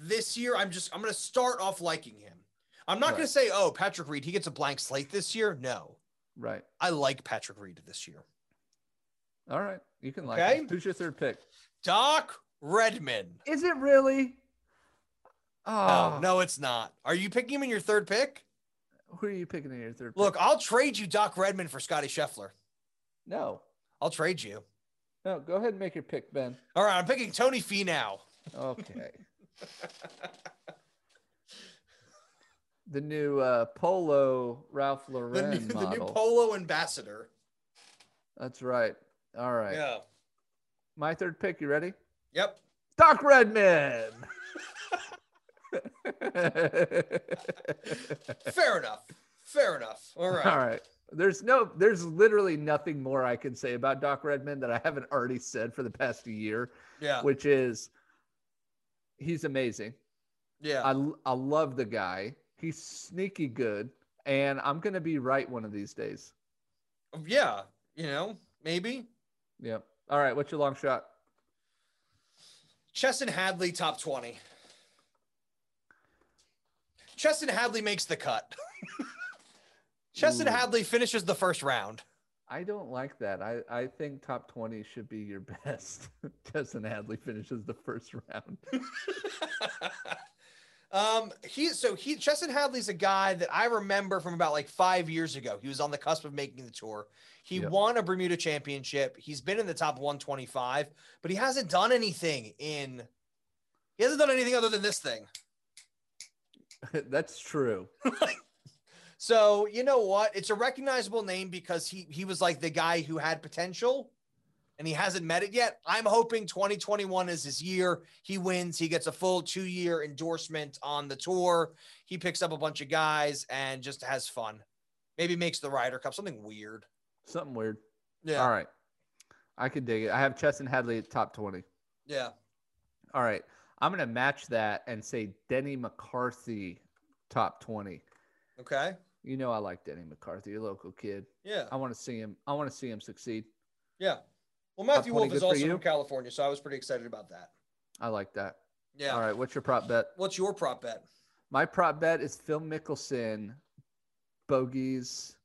Speaker 2: This year I'm just I'm gonna start off liking him. I'm not gonna
Speaker 3: Right.
Speaker 2: say, oh, Patrick Reed, he gets a blank slate this year. No,
Speaker 3: Right.
Speaker 2: I like Patrick Reed this year.
Speaker 3: All right, you can like.
Speaker 2: Okay.
Speaker 3: Him. Who's your third pick?
Speaker 2: Doc Redman.
Speaker 3: Is it really?
Speaker 2: Oh,
Speaker 3: Oh Ah.
Speaker 2: no, it's not. Are you picking him in your third pick?
Speaker 3: Who are you picking in your third? pick?
Speaker 2: Look, I'll trade you Doc Redman for Scotty Scheffler.
Speaker 3: no,
Speaker 2: I'll trade you.
Speaker 3: no. Go ahead and make your pick, Ben.
Speaker 2: All right, I'm picking Tony Fee now.
Speaker 3: Okay. the new uh, Polo Ralph
Speaker 2: The
Speaker 3: Lauren
Speaker 2: new, the
Speaker 3: model.
Speaker 2: new polo ambassador.
Speaker 3: That's right. All right.
Speaker 2: Yeah.
Speaker 3: My third pick. You ready?
Speaker 2: Yep.
Speaker 3: Doc Redman.
Speaker 2: Fair enough. Fair enough. All right.
Speaker 3: All right. There's no, there's literally nothing more I can say about Doc Redman that I haven't already said for the past year,
Speaker 2: Yeah.
Speaker 3: which is he's amazing.
Speaker 2: Yeah.
Speaker 3: I, l- I love the guy. He's sneaky good. And I'm going to be right one of these days.
Speaker 2: yeah. You know, maybe.
Speaker 3: Yep. All right. What's your long shot?
Speaker 2: Chesson Hadley top 20. Chesson Hadley makes the cut. Chesson
Speaker 3: Ooh.
Speaker 2: Hadley finishes the first round.
Speaker 3: I don't like that. I, I think top 20 should be your best. Justin Hadley finishes the first round.
Speaker 2: um, he so he Chesson Hadley's a guy that I remember from about like five years ago. He was on the cusp of making the tour. He
Speaker 3: Yep.
Speaker 2: won a Bermuda championship. He's been in the top 125, but he hasn't done anything in he hasn't done anything other than this thing.
Speaker 3: That's true.
Speaker 2: So you know what? It's a recognizable name because he he was like the guy who had potential, and he hasn't met it yet. I'm hoping 2021 is his year. He wins. He gets a full two year endorsement on the tour. He picks up a bunch of guys and just has fun. Maybe makes the Ryder Cup. Something weird.
Speaker 3: Something weird.
Speaker 2: Yeah.
Speaker 3: All right. I could dig it. I have Cheston Hadley at top 20.
Speaker 2: Yeah.
Speaker 3: All right. I'm going to match that and say Denny McCarthy top 20.
Speaker 2: Okay.
Speaker 3: You know, I like Denny McCarthy, a local kid.
Speaker 2: Yeah.
Speaker 3: I want to see him. I want to see him succeed.
Speaker 2: Yeah. Well, Matthew
Speaker 3: 20,
Speaker 2: Wolf is
Speaker 3: good for
Speaker 2: also
Speaker 3: you.
Speaker 2: from California, so I was pretty excited about that.
Speaker 3: I like that.
Speaker 2: Yeah.
Speaker 3: All right. What's your prop bet?
Speaker 2: What's your prop bet?
Speaker 3: My prop bet is Phil Mickelson bogeys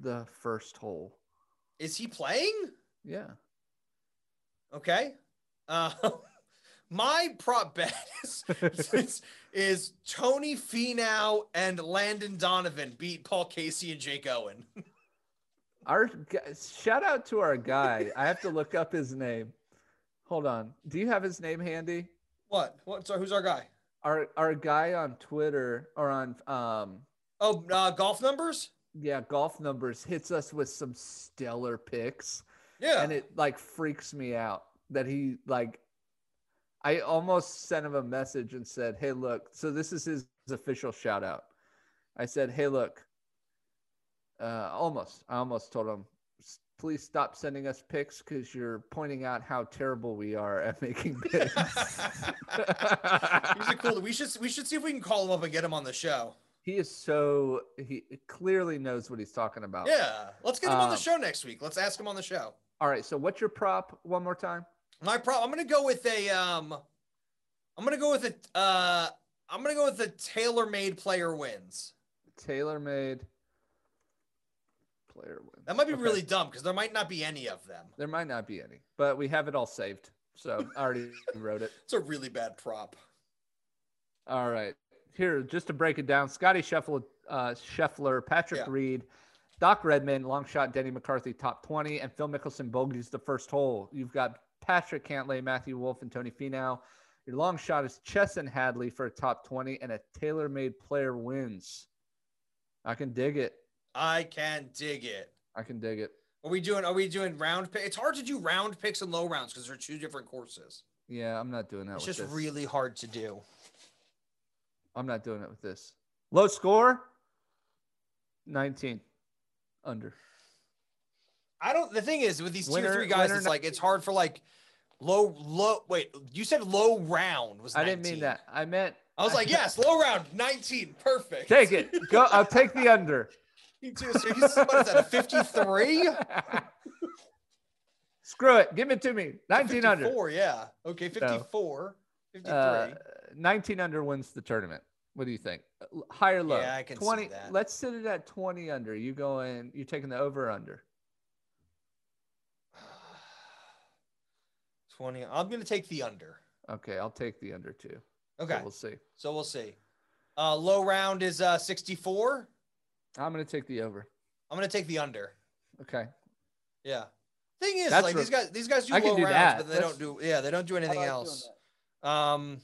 Speaker 3: the first hole.
Speaker 2: Is he playing?
Speaker 3: Yeah.
Speaker 2: Okay. Uh, my prop bet is, is, is Tony Finau and Landon Donovan beat Paul Casey and Jake Owen.
Speaker 3: Our gu- shout out to our guy. I have to look up his name. Hold on. Do you have his name handy?
Speaker 2: What? What? So who's our guy?
Speaker 3: Our our guy on Twitter or on um
Speaker 2: Oh, uh, golf numbers.
Speaker 3: yeah, golf numbers hits us with some stellar picks.
Speaker 2: Yeah.
Speaker 3: and it like freaks me out that he like i almost sent him a message and said hey look so this is his official shout out i said hey look uh almost i almost told him "S- please stop sending us pics because you're pointing out how terrible we are at making picks
Speaker 2: He's a cool. We should we should see if we can call him up and get him on the show.
Speaker 3: he is so he clearly knows what he's talking about
Speaker 2: Yeah. Let's get him on the
Speaker 3: Oh. Um,
Speaker 2: show next week. Let's ask him on the show.
Speaker 3: all right so what's your prop one more time
Speaker 2: My prop. I'm gonna go with a um. I'm gonna go with a. Uh, I'm gonna go with a tailor-made player wins.
Speaker 3: tailor made player wins.
Speaker 2: That might be
Speaker 3: Okay.
Speaker 2: really dumb because there might not be any of them.
Speaker 3: There might not be any, but we have it all saved. So I already wrote it.
Speaker 2: It's a really bad prop.
Speaker 3: All right. Here, just to break it down, Scotty Scheffler, uh, Scheffler Patrick
Speaker 2: Yeah.
Speaker 3: Reed, Doc Redman, long shot Denny McCarthy, top 20, and Phil Mickelson bogeys the first hole. You've got Patrick Cantlay, Matthew Wolf, and Tony Finau. Your long shot is Chesson Hadley for a top 20 and a tailor-made player wins. I can dig it.
Speaker 2: I can dig it.
Speaker 3: I can dig it.
Speaker 2: Are we doing? Are we doing round pick? It's hard to do round picks and low rounds because they're two different courses.
Speaker 3: Yeah, I'm not doing that.
Speaker 2: It's
Speaker 3: with
Speaker 2: just
Speaker 3: this.
Speaker 2: really hard to do.
Speaker 3: I'm not doing it with this. Low score 19 under.
Speaker 2: I don't. The thing is, with these
Speaker 3: Winner-
Speaker 2: tier three guys,
Speaker 3: winner
Speaker 2: it's
Speaker 3: not-
Speaker 2: like it's hard for like low, low. Wait, you said low round was.
Speaker 3: I didn't
Speaker 2: 19.
Speaker 3: mean that. I meant
Speaker 2: I was like, yes, low round, nineteen, perfect.
Speaker 3: Take it. Go. I'll take the under.
Speaker 2: You too. So he's what is that? A fifty-three?
Speaker 3: Screw it. Give it to me. 19 under.
Speaker 2: 54, Yeah. Okay,
Speaker 3: No.
Speaker 2: fifty-four. Fifty-three.
Speaker 3: Uh, 19 under wins the tournament. What do you think? L- High or low?
Speaker 2: Yeah, I can see
Speaker 3: 20.
Speaker 2: that.
Speaker 3: Let's sit it at 20 under. You going, you're taking the over or under.
Speaker 2: 20. I'm going to take the under.
Speaker 3: Okay. I'll take the under too. So
Speaker 2: Okay.
Speaker 3: we'll see.
Speaker 2: So we'll see. Uh, low round is uh, 64.
Speaker 3: I'm going to take the over.
Speaker 2: I'm gonna take the under.
Speaker 3: Okay.
Speaker 2: Yeah. Thing is,
Speaker 3: That's
Speaker 2: like
Speaker 3: re-
Speaker 2: these guys, these guys do
Speaker 3: I can
Speaker 2: low
Speaker 3: do
Speaker 2: rounds,
Speaker 3: that.
Speaker 2: but they
Speaker 3: That's-
Speaker 2: don't do. Yeah, they don't do anything
Speaker 3: I like doing
Speaker 2: else. Um,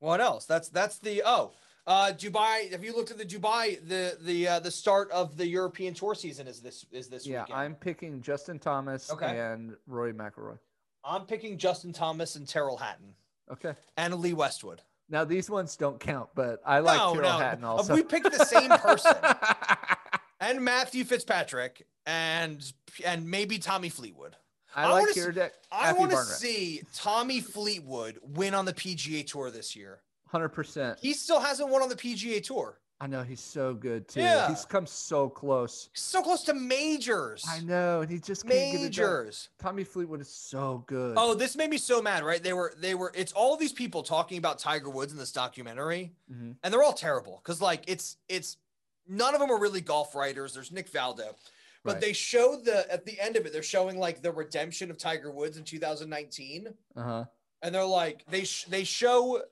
Speaker 2: what else? That's that's the oh, uh, Dubai. Have you looked at the Dubai? The the uh, the start of the European tour season is this is this
Speaker 3: Yeah,
Speaker 2: weekend.
Speaker 3: I'm picking Justin Thomas
Speaker 2: Okay.
Speaker 3: and Roy McElroy.
Speaker 2: I'm picking Justin Thomas and Terrell Hatton
Speaker 3: Okay.
Speaker 2: and Lee Westwood.
Speaker 3: Now these ones don't count, but I like
Speaker 2: no,
Speaker 3: Terrell
Speaker 2: no,
Speaker 3: Hatton
Speaker 2: Uh,
Speaker 3: also.
Speaker 2: we picked the same person and Matthew Fitzpatrick and and maybe Tommy Fleetwood.
Speaker 3: I
Speaker 2: I
Speaker 3: like
Speaker 2: wanna see-
Speaker 3: your deck.
Speaker 2: I want to see Tommy Fleetwood win on the PGA Tour this year.
Speaker 3: Hundred percent.
Speaker 2: He still hasn't won on the PGA Tour.
Speaker 3: I know he's so good too.
Speaker 2: Yeah.
Speaker 3: He's come so close.
Speaker 2: He's so close to majors.
Speaker 3: I know, and he just can't get it done.
Speaker 2: Majors.
Speaker 3: Tommy Fleetwood is so good.
Speaker 2: Oh, this made me so mad, right? They were they were it's all these people talking about Tiger Woods in this documentary,
Speaker 3: Mhm.
Speaker 2: and they're all terrible because like it's it's none of them are really golf writers. There's Nick Valdo. But
Speaker 3: Right.
Speaker 2: they show the at the end of it, they're showing like the redemption of Tiger Woods in 2019.
Speaker 3: uh-huh.
Speaker 2: and they're like they sh- they show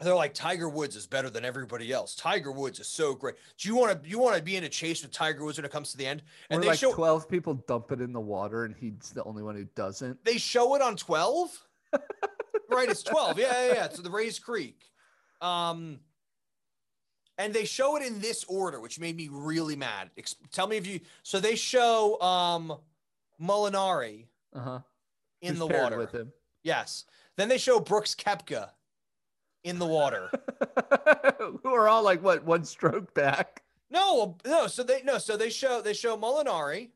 Speaker 2: they're like Tiger Woods is better than everybody else. Tiger Woods is so great. Do you want to you want to be in a chase with Tiger Woods when it comes to the end? And
Speaker 3: Where,
Speaker 2: they
Speaker 3: like
Speaker 2: show
Speaker 3: twelve people dump it in the water, and he's the only one who doesn't.
Speaker 2: they show it on 12? right, it's 12. Yeah, yeah, yeah. It's the Rays Creek. Um and they show it in this order, which made me really mad. Ex- tell me if you so they show um Molinari
Speaker 3: Uh huh.
Speaker 2: in the water.
Speaker 3: with him.
Speaker 2: Yes. Then they show Brooks Kepka in the water.
Speaker 3: who are all like what one stroke back?
Speaker 2: no, no. So they no. So they show they show Molinari,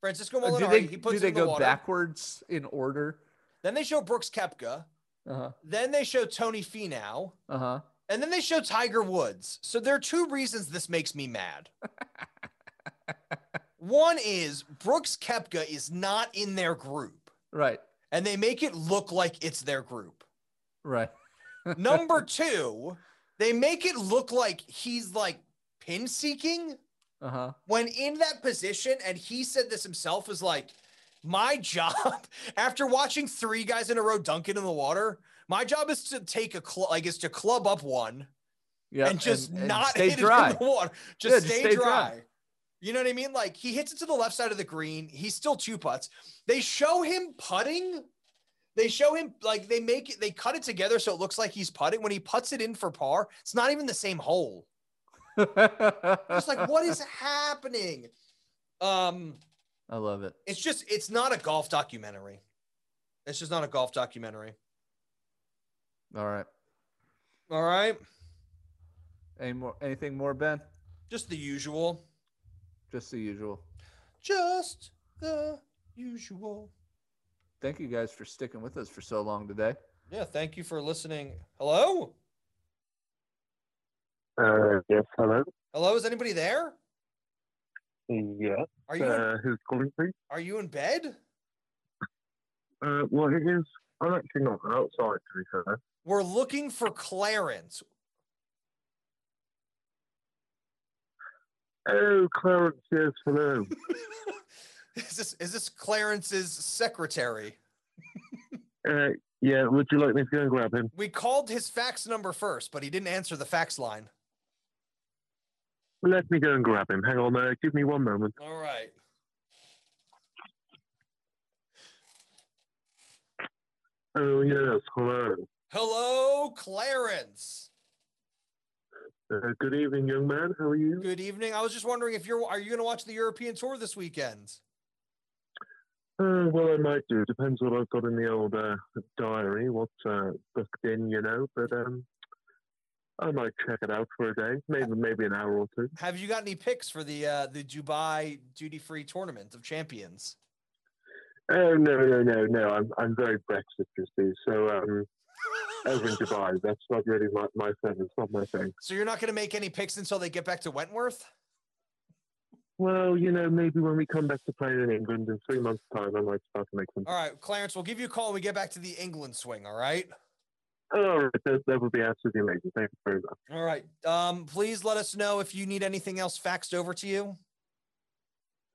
Speaker 2: Francisco
Speaker 3: Uh,
Speaker 2: Molinari.
Speaker 3: do they,
Speaker 2: he puts
Speaker 3: do
Speaker 2: it
Speaker 3: they
Speaker 2: in
Speaker 3: go
Speaker 2: the water.
Speaker 3: backwards in order?
Speaker 2: Then they show Brooks Kepka.
Speaker 3: Uh huh.
Speaker 2: Then they show Tony Finau,
Speaker 3: Uh huh.
Speaker 2: and then they show Tiger Woods. So there are two reasons this makes me mad. One is Brooks Kepka is not in their group,
Speaker 3: Right.
Speaker 2: and they make it look like it's their group.
Speaker 3: Right.
Speaker 2: Number two, they make it look like he's like pin seeking.
Speaker 3: Uh huh.
Speaker 2: when in that position, and he said this himself, was like, my job after watching three guys in a row dunk it in the water, my job is to take a club, like is to club up one
Speaker 3: Yeah.
Speaker 2: and just
Speaker 3: and
Speaker 2: not
Speaker 3: stay
Speaker 2: hit
Speaker 3: dry.
Speaker 2: it in the water. Just
Speaker 3: Yeah, just
Speaker 2: stay,
Speaker 3: stay
Speaker 2: dry.
Speaker 3: dry.
Speaker 2: You know what I mean? Like he hits it to the left side of the green. He's still two putts. They show him putting. They show him like they make it, they cut it together so it looks like he's putting. When he puts it in for par, it's not even the same hole. It's like, what is happening? Um,
Speaker 3: I love it.
Speaker 2: it's just it's not a golf documentary. It's just not a golf documentary.
Speaker 3: All right.
Speaker 2: All right.
Speaker 3: Any more? Anything more, Ben?
Speaker 2: Just the usual.
Speaker 3: Just the usual.
Speaker 2: Just the usual.
Speaker 3: Thank you guys for sticking with us for so long today.
Speaker 2: Yeah, thank you for listening. Hello?
Speaker 4: Uh, yes, hello.
Speaker 2: Hello, is anybody there?
Speaker 4: Yes.
Speaker 2: Are you in,
Speaker 4: Uh, who's calling, please?
Speaker 2: are you in bed?
Speaker 4: Uh, well, it is. I'm actually not outside, to be fair.
Speaker 2: We're looking for Clarence.
Speaker 4: Oh, Clarence, yes, hello.
Speaker 2: is this is this Clarence's secretary?
Speaker 4: Uh, yeah, would you like me to go and grab him?
Speaker 2: We called his fax number first, but he didn't answer the fax line.
Speaker 4: Let me go and grab him. Hang on, uh, give me one moment.
Speaker 2: All right.
Speaker 4: Oh, yes, hello.
Speaker 2: Hello, Clarence.
Speaker 4: Uh, good evening, young man. How are you?
Speaker 2: Good evening. I was just wondering if you're are you going to watch the European tour this weekend?
Speaker 4: Uh, well, I might do. Depends what I've got in the old uh, diary, what's uh, booked in, you know. But um, I might check it out for a day, maybe maybe an hour or two.
Speaker 2: Have you got any picks for the uh, the Dubai duty free tournament of champions?
Speaker 4: Oh no, no, no, no! I'm I'm very Brexit crispy. So um, over in Dubai, that's not really my my thing. It's not my thing.
Speaker 2: So you're not going to make any picks until they get back to Wentworth?
Speaker 4: Well, you know, maybe when we come back to playing in England in three months' time, I might start to make some.
Speaker 2: All right, Clarence, we'll give you a call when we get back to the England swing. All right.
Speaker 4: Oh, All right, that, that would be absolutely amazing. Thank you very much.
Speaker 2: All right. Um, please let us know if you need anything else faxed over to you.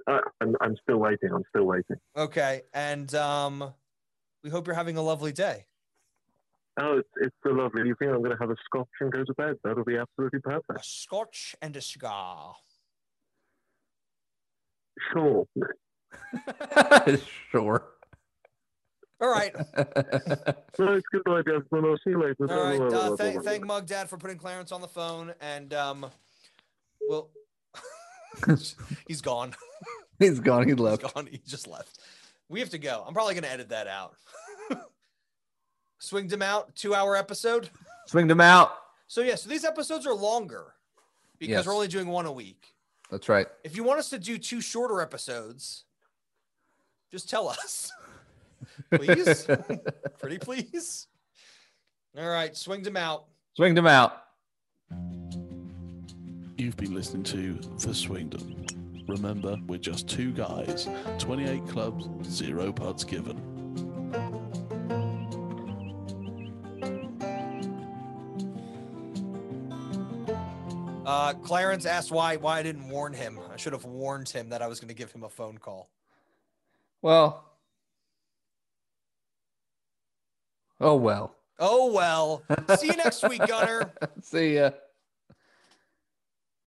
Speaker 4: Uh, I'm I'm still waiting. I'm still waiting.
Speaker 2: Okay. And um, we hope you're having a lovely day.
Speaker 5: Oh, it's, it's so lovely evening. I'm going to have a scotch and go to bed. That'll be absolutely
Speaker 2: A
Speaker 5: perfect.
Speaker 2: scotch and a cigar.
Speaker 5: Sure.
Speaker 3: sure.
Speaker 2: All right.
Speaker 5: No, it's a good idea. Well, I'll see you later.
Speaker 2: All right. Uh, thank, thank Mug Dad for putting Clarence on the phone. And, um, well, he's gone.
Speaker 3: He's gone. He
Speaker 2: He's
Speaker 3: left.
Speaker 2: gone. He just left. We have to go. I'm probably going to edit that out. Swinged him out, two hour episode.
Speaker 3: Swinged him out.
Speaker 2: So, yeah, so these episodes are longer because
Speaker 3: Yes.
Speaker 2: we're only doing one a week.
Speaker 3: That's right.
Speaker 2: If you want us to do two shorter episodes, just tell us. Please? Pretty please. All right, swinged him out.
Speaker 3: Swinged him out.
Speaker 1: You've been listening to The Swingdom. Remember, we're just two guys, 28 clubs, zero putts given.
Speaker 2: Uh, Clarence asked why why I didn't warn him. I should have warned him that I was going to give him a phone call.
Speaker 3: Well. Oh well.
Speaker 2: Oh well. Oh, See you next week, Gunner.
Speaker 3: See ya.